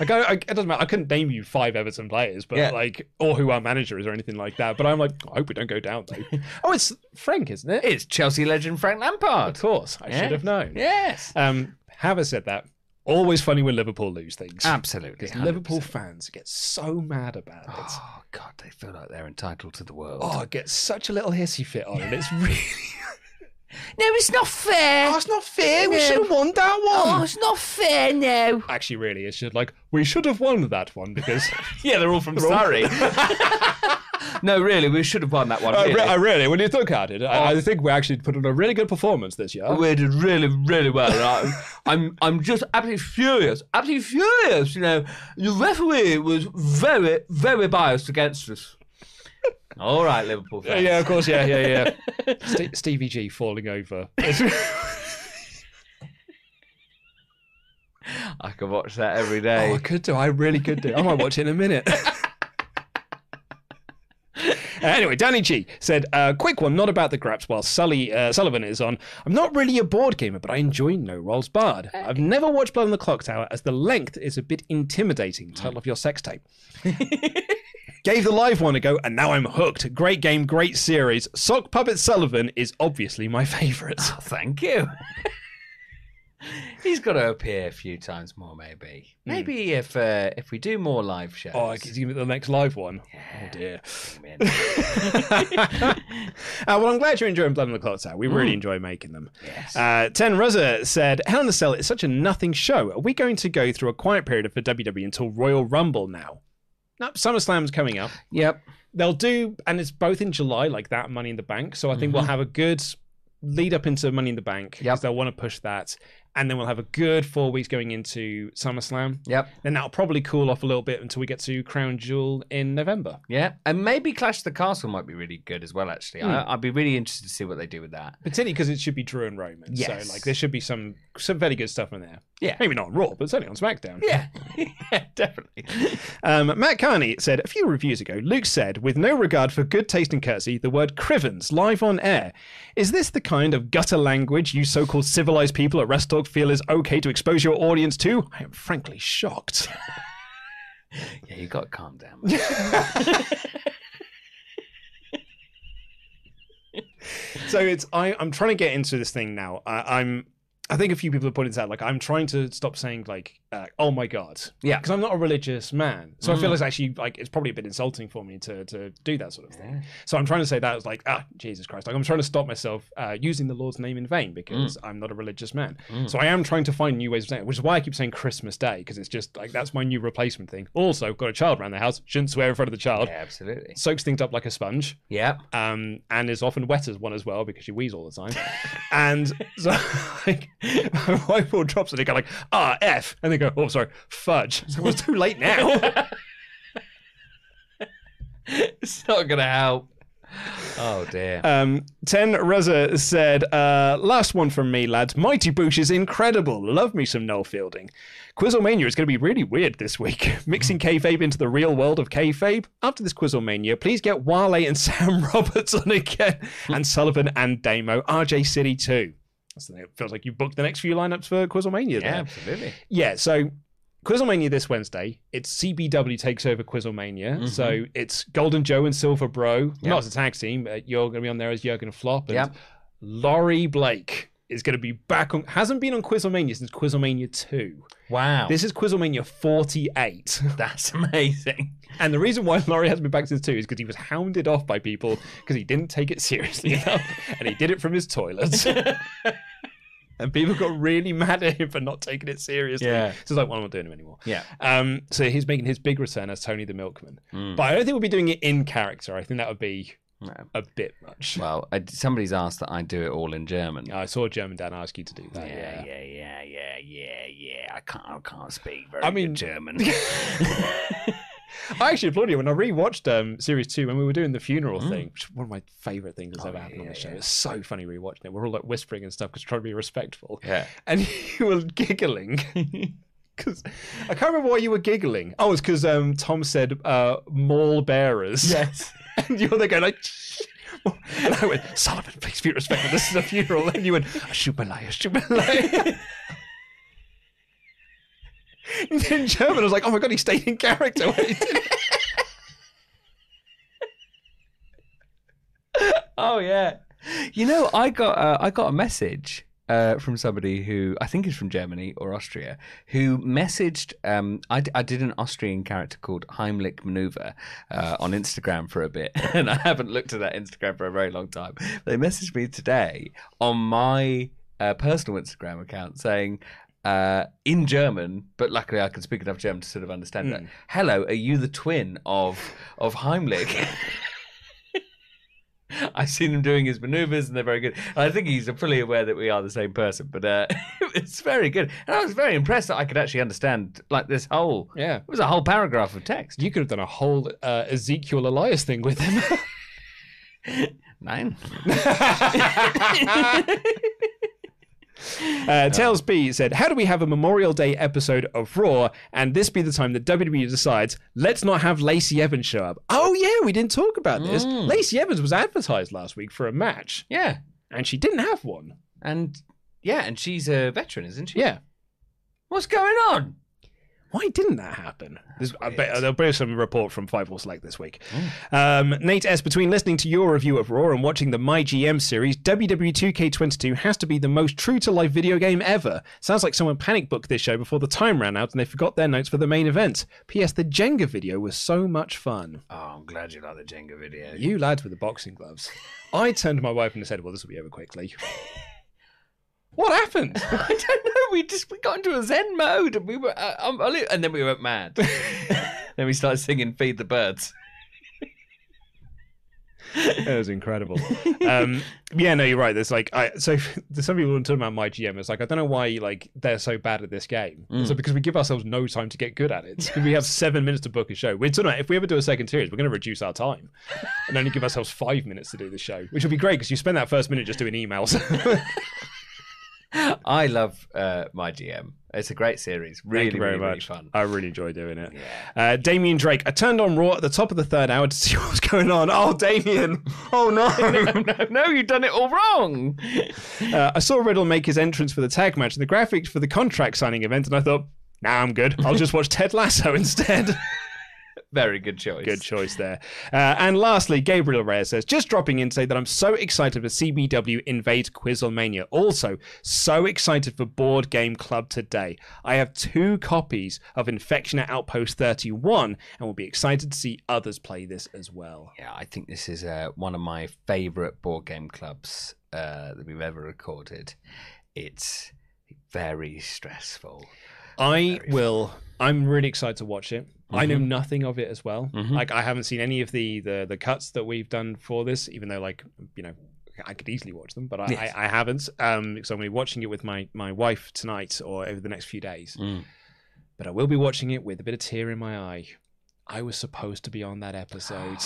[SPEAKER 1] like, I, I, it doesn't matter. I couldn't name you five Everton players, but
[SPEAKER 2] Yeah.
[SPEAKER 1] like, or who our manager is or anything like that. But I'm like, "Oh, I hope we don't go down though. oh, it's Frank, isn't it?
[SPEAKER 2] It's Chelsea legend Frank
[SPEAKER 1] Of
[SPEAKER 2] Lampard.
[SPEAKER 1] course, I
[SPEAKER 2] Yeah.
[SPEAKER 1] should have known.
[SPEAKER 2] Yes.
[SPEAKER 1] Um, however said that, always funny when Liverpool lose
[SPEAKER 2] Ah,
[SPEAKER 1] things.
[SPEAKER 2] Absolutely.
[SPEAKER 1] Because Liverpool
[SPEAKER 2] 100%.
[SPEAKER 1] fans get so mad about it.
[SPEAKER 2] Oh, God, they feel like they're entitled to the world.
[SPEAKER 1] Oh, I get such a little hissy fit on, and it's really.
[SPEAKER 2] no, it's not fair. Oh,
[SPEAKER 1] oh, it's not fair. We should have won that one.
[SPEAKER 2] it's not fair now.
[SPEAKER 1] actually really it's just like we should have won that one because
[SPEAKER 2] Yeah, they're all from Surrey. no, really, we should have won that one.
[SPEAKER 1] I,
[SPEAKER 2] really.
[SPEAKER 1] Oh, re- I really when you look at it I, I think we actually put on a really good performance this year
[SPEAKER 2] we did really, really well. And I, I'm, I'm just absolutely furious, absolutely furious. You know, the referee was very, very biased against us. All right, Liverpool
[SPEAKER 1] yeah,
[SPEAKER 2] fans.
[SPEAKER 1] yeah, of course yeah yeah yeah Ste Stevie G falling over
[SPEAKER 2] I could watch that every
[SPEAKER 1] oh
[SPEAKER 2] day.
[SPEAKER 1] I could do I really could do I might watch it in a minute Anyway, Danny G said, uh, "Quick one, not about the graps. While Sully uh, Sullivan is on, I'm not really a board gamer, but I enjoy No Rolls Barred. I've never watched Blood on the Clock Tower, as the length is a bit intimidating. Title of your sex tape. Gave the live one a go, and now I'm hooked. Great game, great series. Sock Puppet Sullivan is obviously my favourite.
[SPEAKER 2] Oh, thank you. He's got to appear a few times more, maybe. Maybe if uh, if we do more live shows.
[SPEAKER 1] Hmm. Oh, I could give it the next live one. Oh dear. Uh, well, I'm glad you're enjoying Blood on the Clock Tower. We really enjoy making them.
[SPEAKER 2] Mm. Yes.
[SPEAKER 1] Uh, Ten Ruzza said, Hell in a Cell is such a nothing show. Are we going to go through a quiet period for WWE until Royal Rumble now? No, SummerSlam's coming up.
[SPEAKER 2] yep.
[SPEAKER 1] They'll do, and it's both in July, like that, Money in the Bank. So I think we'll have a good lead up into Money in the Bank because
[SPEAKER 2] Mm-hmm. Yep.
[SPEAKER 1] they'll want to push that. And then we'll have a good four weeks going into SummerSlam.
[SPEAKER 2] Yep.
[SPEAKER 1] Then that'll probably cool off a little bit until we get to Crown Jewel in November.
[SPEAKER 2] Yeah. And maybe Clash of the Castle might be really good as well, actually.
[SPEAKER 1] Hmm.
[SPEAKER 2] I, I'd be really interested to see what they do with that.
[SPEAKER 1] Particularly because it should be Drew and Roman.
[SPEAKER 2] Yes.
[SPEAKER 1] So like there should be some some very good stuff in there.
[SPEAKER 2] Yeah.
[SPEAKER 1] Maybe not on Raw, but certainly on SmackDown.
[SPEAKER 2] Yeah. yeah, definitely.
[SPEAKER 1] Um, Matt Carney said a few reviews ago, Luke said, with no regard for good taste and courtesy, the word Crivens live on air. Is this the kind of gutter language you so called civilized people at Rest Talk feel is okay to expose your audience to? I am frankly shocked.
[SPEAKER 2] Yeah, you got to calm down. man.
[SPEAKER 1] so it's I, I'm trying to get into this thing now. I, I'm I think a few people have pointed this out. Like I'm trying to stop saying like, uh, oh my god,
[SPEAKER 2] Yeah. Mm.
[SPEAKER 1] because I'm not a religious man. So I feel it's actually like it's probably a bit insulting for me to to do that sort of thing. So I'm trying to say that as like ah Jesus Christ. Like I'm trying to stop myself uh, using the Lord's name in vain because
[SPEAKER 2] Mm.
[SPEAKER 1] I'm not a religious man. So I am trying to find new ways of saying it, which is why I keep saying Christmas Day because it's just like that's my new replacement thing. Also got a child around the house, shouldn't swear in front of the child.
[SPEAKER 2] yeah, absolutely.
[SPEAKER 1] Soaks things up like a sponge
[SPEAKER 2] Yeah.
[SPEAKER 1] um, and is often wet as one as well because she wheeze all the time. and so like, my wife will drop something, go like, ah, F. And they go, oh, sorry, fudge. It's like, well, it's too late now.
[SPEAKER 2] It's not going to help. Oh dear.
[SPEAKER 1] Um, Ten Reza said, uh, last one from me, lads. Mighty Boosh is incredible. Love me some Noel Fielding. Quizzlemania is going to be really weird this week. Mixing kayfabe into the real world of kayfabe. After this Quizzlemania, please get Wale and Sam Roberts on again, and Sullivan and Damo. RJ City too. That's the thing. It feels like you booked the next few lineups for Quizzlemania.
[SPEAKER 2] yeah,
[SPEAKER 1] there.
[SPEAKER 2] absolutely.
[SPEAKER 1] Yeah, so Quizzlemania this Wednesday. It's CBW takes over Quizzlemania.
[SPEAKER 2] Mhm.
[SPEAKER 1] So it's Golden Joe and Silver Bro.
[SPEAKER 2] Yeah.
[SPEAKER 1] Not as a tag team, but you're going to be on there as Jurgen Flop. And
[SPEAKER 2] Yeah.
[SPEAKER 1] Laurie Blake is going to be back on, hasn't been on Quizzlemania since Quizzlemania 2.
[SPEAKER 2] Wow.
[SPEAKER 1] This is Quizzlemania 48.
[SPEAKER 2] that's amazing.
[SPEAKER 1] And the reason why Laurie hasn't been back since 2 is because he was hounded off by people because he didn't take it seriously enough and he did it from his toilet. and people got really mad at him for not taking it seriously.
[SPEAKER 2] Yeah.
[SPEAKER 1] So it's like, well, I'm not doing him anymore.
[SPEAKER 2] Yeah.
[SPEAKER 1] Um, so he's making his big return as Tony the Milkman.
[SPEAKER 2] Mm.
[SPEAKER 1] But I don't think we'll be doing it in character. I think that would be
[SPEAKER 2] No.
[SPEAKER 1] a bit much.
[SPEAKER 2] Well, I, somebody's asked that I do it all in German.
[SPEAKER 1] I saw German Dan ask you to do that. Yeah.
[SPEAKER 2] yeah, yeah, yeah, yeah, yeah. I can't, I can't speak very
[SPEAKER 1] I mean-
[SPEAKER 2] German.
[SPEAKER 1] I actually applaud you when I rewatched um, series two when we were doing the funeral
[SPEAKER 2] Mm.
[SPEAKER 1] thing, which is one of my favorite things
[SPEAKER 2] Oh,
[SPEAKER 1] that's ever happened on the show. It's so funny rewatching it. We're all like whispering and stuff because trying to be respectful.
[SPEAKER 2] yeah.
[SPEAKER 1] and you were giggling because I can't remember why you were giggling. Oh, it's because um, Tom said uh, mall bearers.
[SPEAKER 2] Yes.
[SPEAKER 1] and you were there going like. And I went, Sullivan, please be respectful. This is a funeral. And you went, I shoot my liar, shoot my liar. And in German, I was like, oh my God, he stayed in character. when he did it."
[SPEAKER 2] Oh yeah. You know, I got uh, I got a message uh, from somebody who I think is from Germany or Austria, who messaged. Um, I, d- I did an Austrian character called Heimlich Maneuver uh, on Instagram for a bit, and I haven't looked at that Instagram for a very long time. They messaged me today on my uh, personal Instagram account saying. Uh, in German, but luckily I can speak enough German to sort of understand that. Hello, are you the twin of of Heimlich? I've seen him doing his maneuvers, and they're very good. And I think he's fully aware that we are the same person, but uh, it's very good. And I was very impressed that I could actually understand like this whole.
[SPEAKER 1] Yeah.
[SPEAKER 2] it was a whole paragraph of text.
[SPEAKER 1] You could have done a whole uh, Ezekiel Elias thing with him.
[SPEAKER 2] Nine.
[SPEAKER 1] Uh, Tails B said, How do we have a Memorial Day episode of Raw and this be the time that WWE decides, let's not have Lacey Evans show up? Oh, yeah, we didn't talk about this. Lacey Evans was advertised last week for a match
[SPEAKER 2] Yeah,
[SPEAKER 1] and she didn't have one.
[SPEAKER 2] and yeah, and she's a veteran, isn't she?
[SPEAKER 1] Yeah.
[SPEAKER 2] What's going on?
[SPEAKER 1] Why didn't that happen? There's, I bet,
[SPEAKER 2] weird.
[SPEAKER 1] there'll be some report from Five Horse Select this week. Um, Nate S. Between listening to your review of Raw and watching the My GM series, E WWE 2K22 has to be the most true to life video game ever. Sounds like someone panic booked this show before the time ran out and they forgot their notes for the main event. P.S. The Jenga video was so much fun.
[SPEAKER 2] Oh, I'm glad you like the Jenga video.
[SPEAKER 1] You lads with the boxing gloves. I turned to my wife and said, "Well, this will be over quickly." what happened?
[SPEAKER 2] I don't know. We just we got into a Zen mode, and we were uh, um, and then we went mad. then we started singing "Feed the Birds."
[SPEAKER 1] It was incredible. um, yeah, no, you're right. There's like, I, so there's some people who are talking about my GM. It's like I don't know why like they're so bad at this game. So because we give ourselves no time to get good at it. 'Cause We have seven minutes to book a show. We're talking about if we ever do a second series, we're going to reduce our time and only give ourselves five minutes to do the show, which would be great because you spend that first minute just doing emails.
[SPEAKER 2] I love uh, my GM. It's a great series. Really,
[SPEAKER 1] Thank you very
[SPEAKER 2] really, really
[SPEAKER 1] much.
[SPEAKER 2] fun.
[SPEAKER 1] I really enjoy doing it. Uh, Damien Drake. I turned on Raw at the top of the third hour to see what was going on. Oh, Damien. Oh, no.
[SPEAKER 2] no, no, you've done it all wrong.
[SPEAKER 1] Uh, I saw Riddle make his entrance for the tag match and the graphics for the contract signing event, and I thought, nah, I'm good. I'll just watch Ted Lasso instead.
[SPEAKER 2] Very good choice.
[SPEAKER 1] good choice there. Uh, and lastly, Gabriel Reyes says, just dropping in to say that I'm so excited for CBW Invade Quizlemania. Also, so excited for Board Game Club today. I have two copies of Infection at Outpost 31 and will be excited to see others play this as well.
[SPEAKER 2] Yeah, I think this is uh, one of my favourite board game clubs uh, that we've ever recorded. It's very stressful.
[SPEAKER 1] I will. I'm really excited to watch it. I
[SPEAKER 2] Mm-hmm.
[SPEAKER 1] know nothing of it as well. Like I haven't seen any of the, the the cuts that we've done for this, even though like you know I could easily watch them, but I,
[SPEAKER 2] Yes.
[SPEAKER 1] I, I haven't. Um, so I'm going to be watching it with my my wife tonight or over the next few days.
[SPEAKER 2] Mm.
[SPEAKER 1] But I will be watching it with a bit of tear in my eye. I was supposed to be on that episode.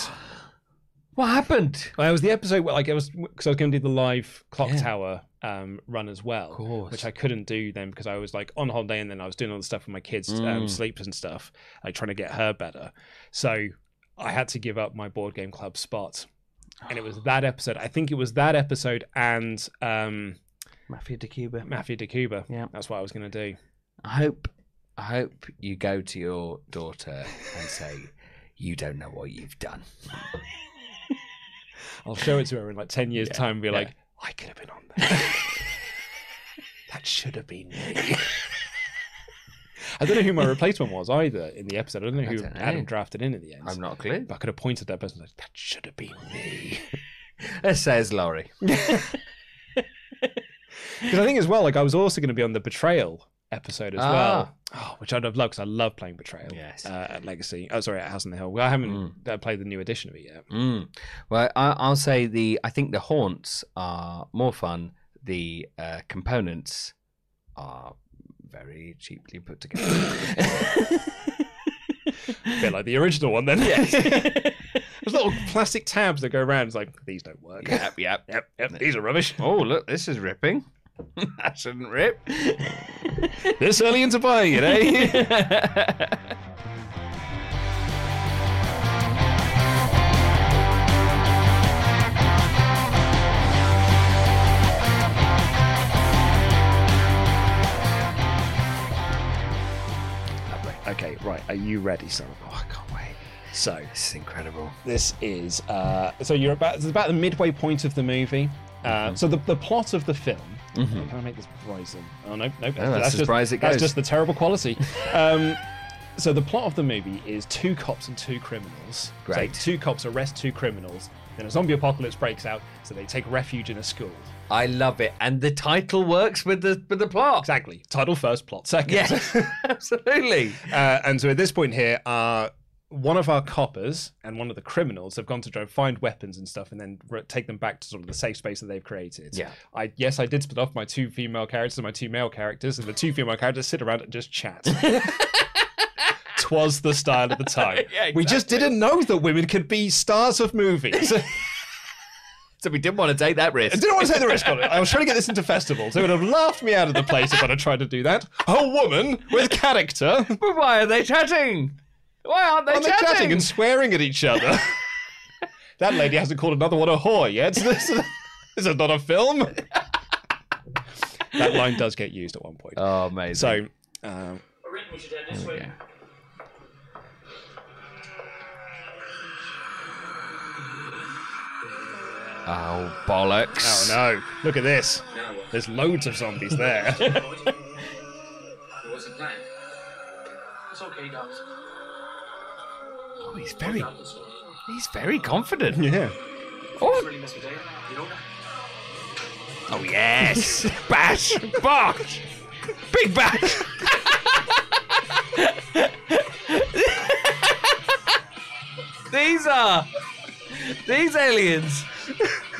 [SPEAKER 2] What happened?
[SPEAKER 1] Well, it was the episode where, like, it was because I was going to do the live clock
[SPEAKER 2] Yeah.
[SPEAKER 1] tower um, run as well,
[SPEAKER 2] course.
[SPEAKER 1] which I couldn't do then because I was like on holiday and then I was doing all the stuff with my kids, um,
[SPEAKER 2] Mm.
[SPEAKER 1] sleeps and stuff, like trying to get her better. So I had to give up my board game club spot, and it was that episode. I think it was that episode and um,
[SPEAKER 2] Mafia de Cuba.
[SPEAKER 1] Mafia de Cuba.
[SPEAKER 2] Yeah.
[SPEAKER 1] that's what I was going to do.
[SPEAKER 2] I hope, I hope you go to your daughter and say, "You don't know what you've done."
[SPEAKER 1] I'll show it to her in like ten years'
[SPEAKER 2] Yeah,
[SPEAKER 1] time and be
[SPEAKER 2] yeah.
[SPEAKER 1] like, I could have been on that. that should have been me. I don't know who my replacement was either in the episode. I don't know
[SPEAKER 2] I
[SPEAKER 1] who
[SPEAKER 2] don't know.
[SPEAKER 1] Adam drafted in at the end.
[SPEAKER 2] I'm not a clue.
[SPEAKER 1] But I could have pointed at that person like, that should have been me.
[SPEAKER 2] Let's say it's Laurie.
[SPEAKER 1] Because I think as well, like I was also going to be on the betrayal episode as well,
[SPEAKER 2] Ah.
[SPEAKER 1] oh, which I'd have loved because I love playing betrayal.
[SPEAKER 2] Yes.
[SPEAKER 1] Uh, at Legacy. Oh, sorry, at House on the Hill. Well, I haven't uh, played the new edition of it yet.
[SPEAKER 2] Mm. Well, I, I'll say the. I think the haunts are more fun. The uh, components are very cheaply put together.
[SPEAKER 1] A bit like the original one then. Yes. There's little plastic tabs that go around. It's like these don't work.
[SPEAKER 2] yep, yep,
[SPEAKER 1] Yep, yep, these are rubbish.
[SPEAKER 2] Oh, look, this is ripping. that shouldn't rip.
[SPEAKER 1] this early into buying it, eh? Lovely. Okay, right. Are you ready, Sam?
[SPEAKER 2] Oh, I can't wait.
[SPEAKER 1] So
[SPEAKER 2] This is incredible.
[SPEAKER 1] this is uh, so you're about it's about the midway point of the movie.
[SPEAKER 2] Mm-hmm.
[SPEAKER 1] Uh, so the, the plot of the film. Can I make this rising? Oh no, no, that's,
[SPEAKER 2] that's as
[SPEAKER 1] just,
[SPEAKER 2] bright as it
[SPEAKER 1] that's
[SPEAKER 2] goes.
[SPEAKER 1] just the terrible quality. um, so the plot of the movie is two cops and two criminals.
[SPEAKER 2] Great.
[SPEAKER 1] So two cops arrest two criminals. Then a zombie apocalypse breaks out, so they take refuge in a school.
[SPEAKER 2] I love it, and the title works with the with the plot.
[SPEAKER 1] Exactly. Title first, plot second.
[SPEAKER 2] Yes, absolutely.
[SPEAKER 1] Uh, and so at this point here, uh, one of our coppers and one of the criminals have gone to try and find weapons and stuff, and then re- take them back to sort of the safe space that they've created.
[SPEAKER 2] Yeah.
[SPEAKER 1] I yes, I did split off my two female characters and my two male characters, and the two female characters sit around and just chat. Twas the style of the time.
[SPEAKER 2] Yeah,
[SPEAKER 1] We just didn't know that women could be stars of movies. I
[SPEAKER 2] So we didn't want to take that risk.
[SPEAKER 1] didn't want to take the risk on it. I was trying to get this into festivals. They would have laughed me out of the place if I'd have tried to do that. A woman with character.
[SPEAKER 2] But why are they chatting? Why aren't they
[SPEAKER 1] Aren't they
[SPEAKER 2] chatting?
[SPEAKER 1] chatting and swearing at each other? that lady hasn't called another one a whore yet. This is, this is not a film. that line does get used at one point.
[SPEAKER 2] Oh, amazing.
[SPEAKER 1] so, um,
[SPEAKER 2] oh bollocks!
[SPEAKER 1] oh no, look at this. There's loads of zombies there.
[SPEAKER 4] It was a plan. It's okay, Dobbs.
[SPEAKER 2] Oh, he's very, he's very confident.
[SPEAKER 1] yeah.
[SPEAKER 2] Oh,
[SPEAKER 4] Really miss me, Dave. You know that?
[SPEAKER 2] oh yes, bash, bash, big bash. these are these aliens,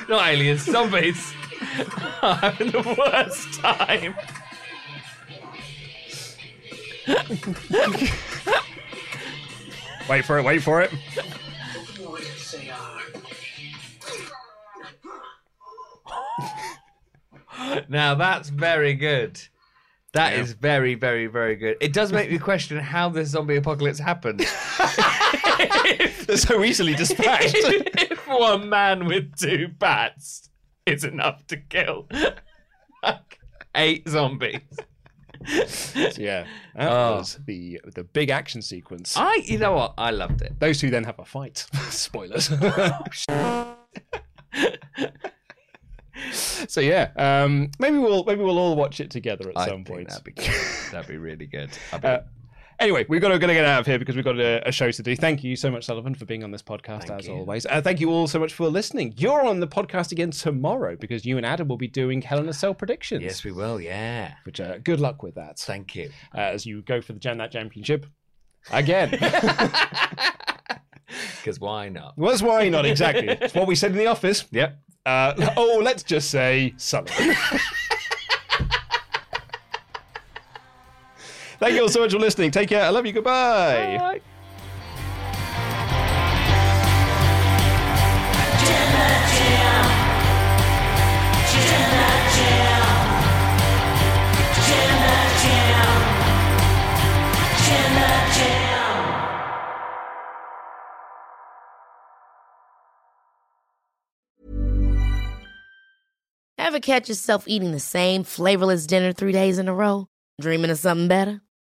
[SPEAKER 2] not aliens, zombies. are having the worst time.
[SPEAKER 1] Wait for it. Wait for it.
[SPEAKER 4] What did you say, uh,
[SPEAKER 2] Now that's very good. That is very, very, very good. It does make me question how this zombie apocalypse happened.
[SPEAKER 1] They're so easily dispatched.
[SPEAKER 2] if one man with two bats is enough to kill like, eight zombies.
[SPEAKER 1] yeah. That
[SPEAKER 2] Oh.
[SPEAKER 1] was the the big action sequence.
[SPEAKER 2] I, you know what? I loved it.
[SPEAKER 1] Those two then have a fight. Spoilers. so yeah, um, maybe we'll maybe we'll all watch it together at
[SPEAKER 2] I
[SPEAKER 1] some
[SPEAKER 2] think
[SPEAKER 1] point.
[SPEAKER 2] that'd be good. That'd be really good. I'd be-
[SPEAKER 1] Uh, Anyway, we've got to, got to get out of here because we've got a, a show to do. Thank you so much, Sullivan, for being on this podcast
[SPEAKER 2] Thank
[SPEAKER 1] as
[SPEAKER 2] you.
[SPEAKER 1] always. Uh, thank you all so much for listening. You're on the podcast again tomorrow because you and Adam will be doing Hell in a Cell predictions.
[SPEAKER 2] yes, we will. Yeah.
[SPEAKER 1] Which uh, good luck with that
[SPEAKER 2] Thank you.
[SPEAKER 1] uh, as you go for the Jam That Championship again.
[SPEAKER 2] Because why not?
[SPEAKER 1] Was why not exactly? It's what we said in the office.
[SPEAKER 2] Yep.
[SPEAKER 1] Uh, oh, let's just say Sullivan. Thank you all so much for listening. Take care. I love you. Goodbye.
[SPEAKER 2] Bye.
[SPEAKER 5] Ever catch yourself eating the same flavorless dinner three days in a row? Dreaming of something better?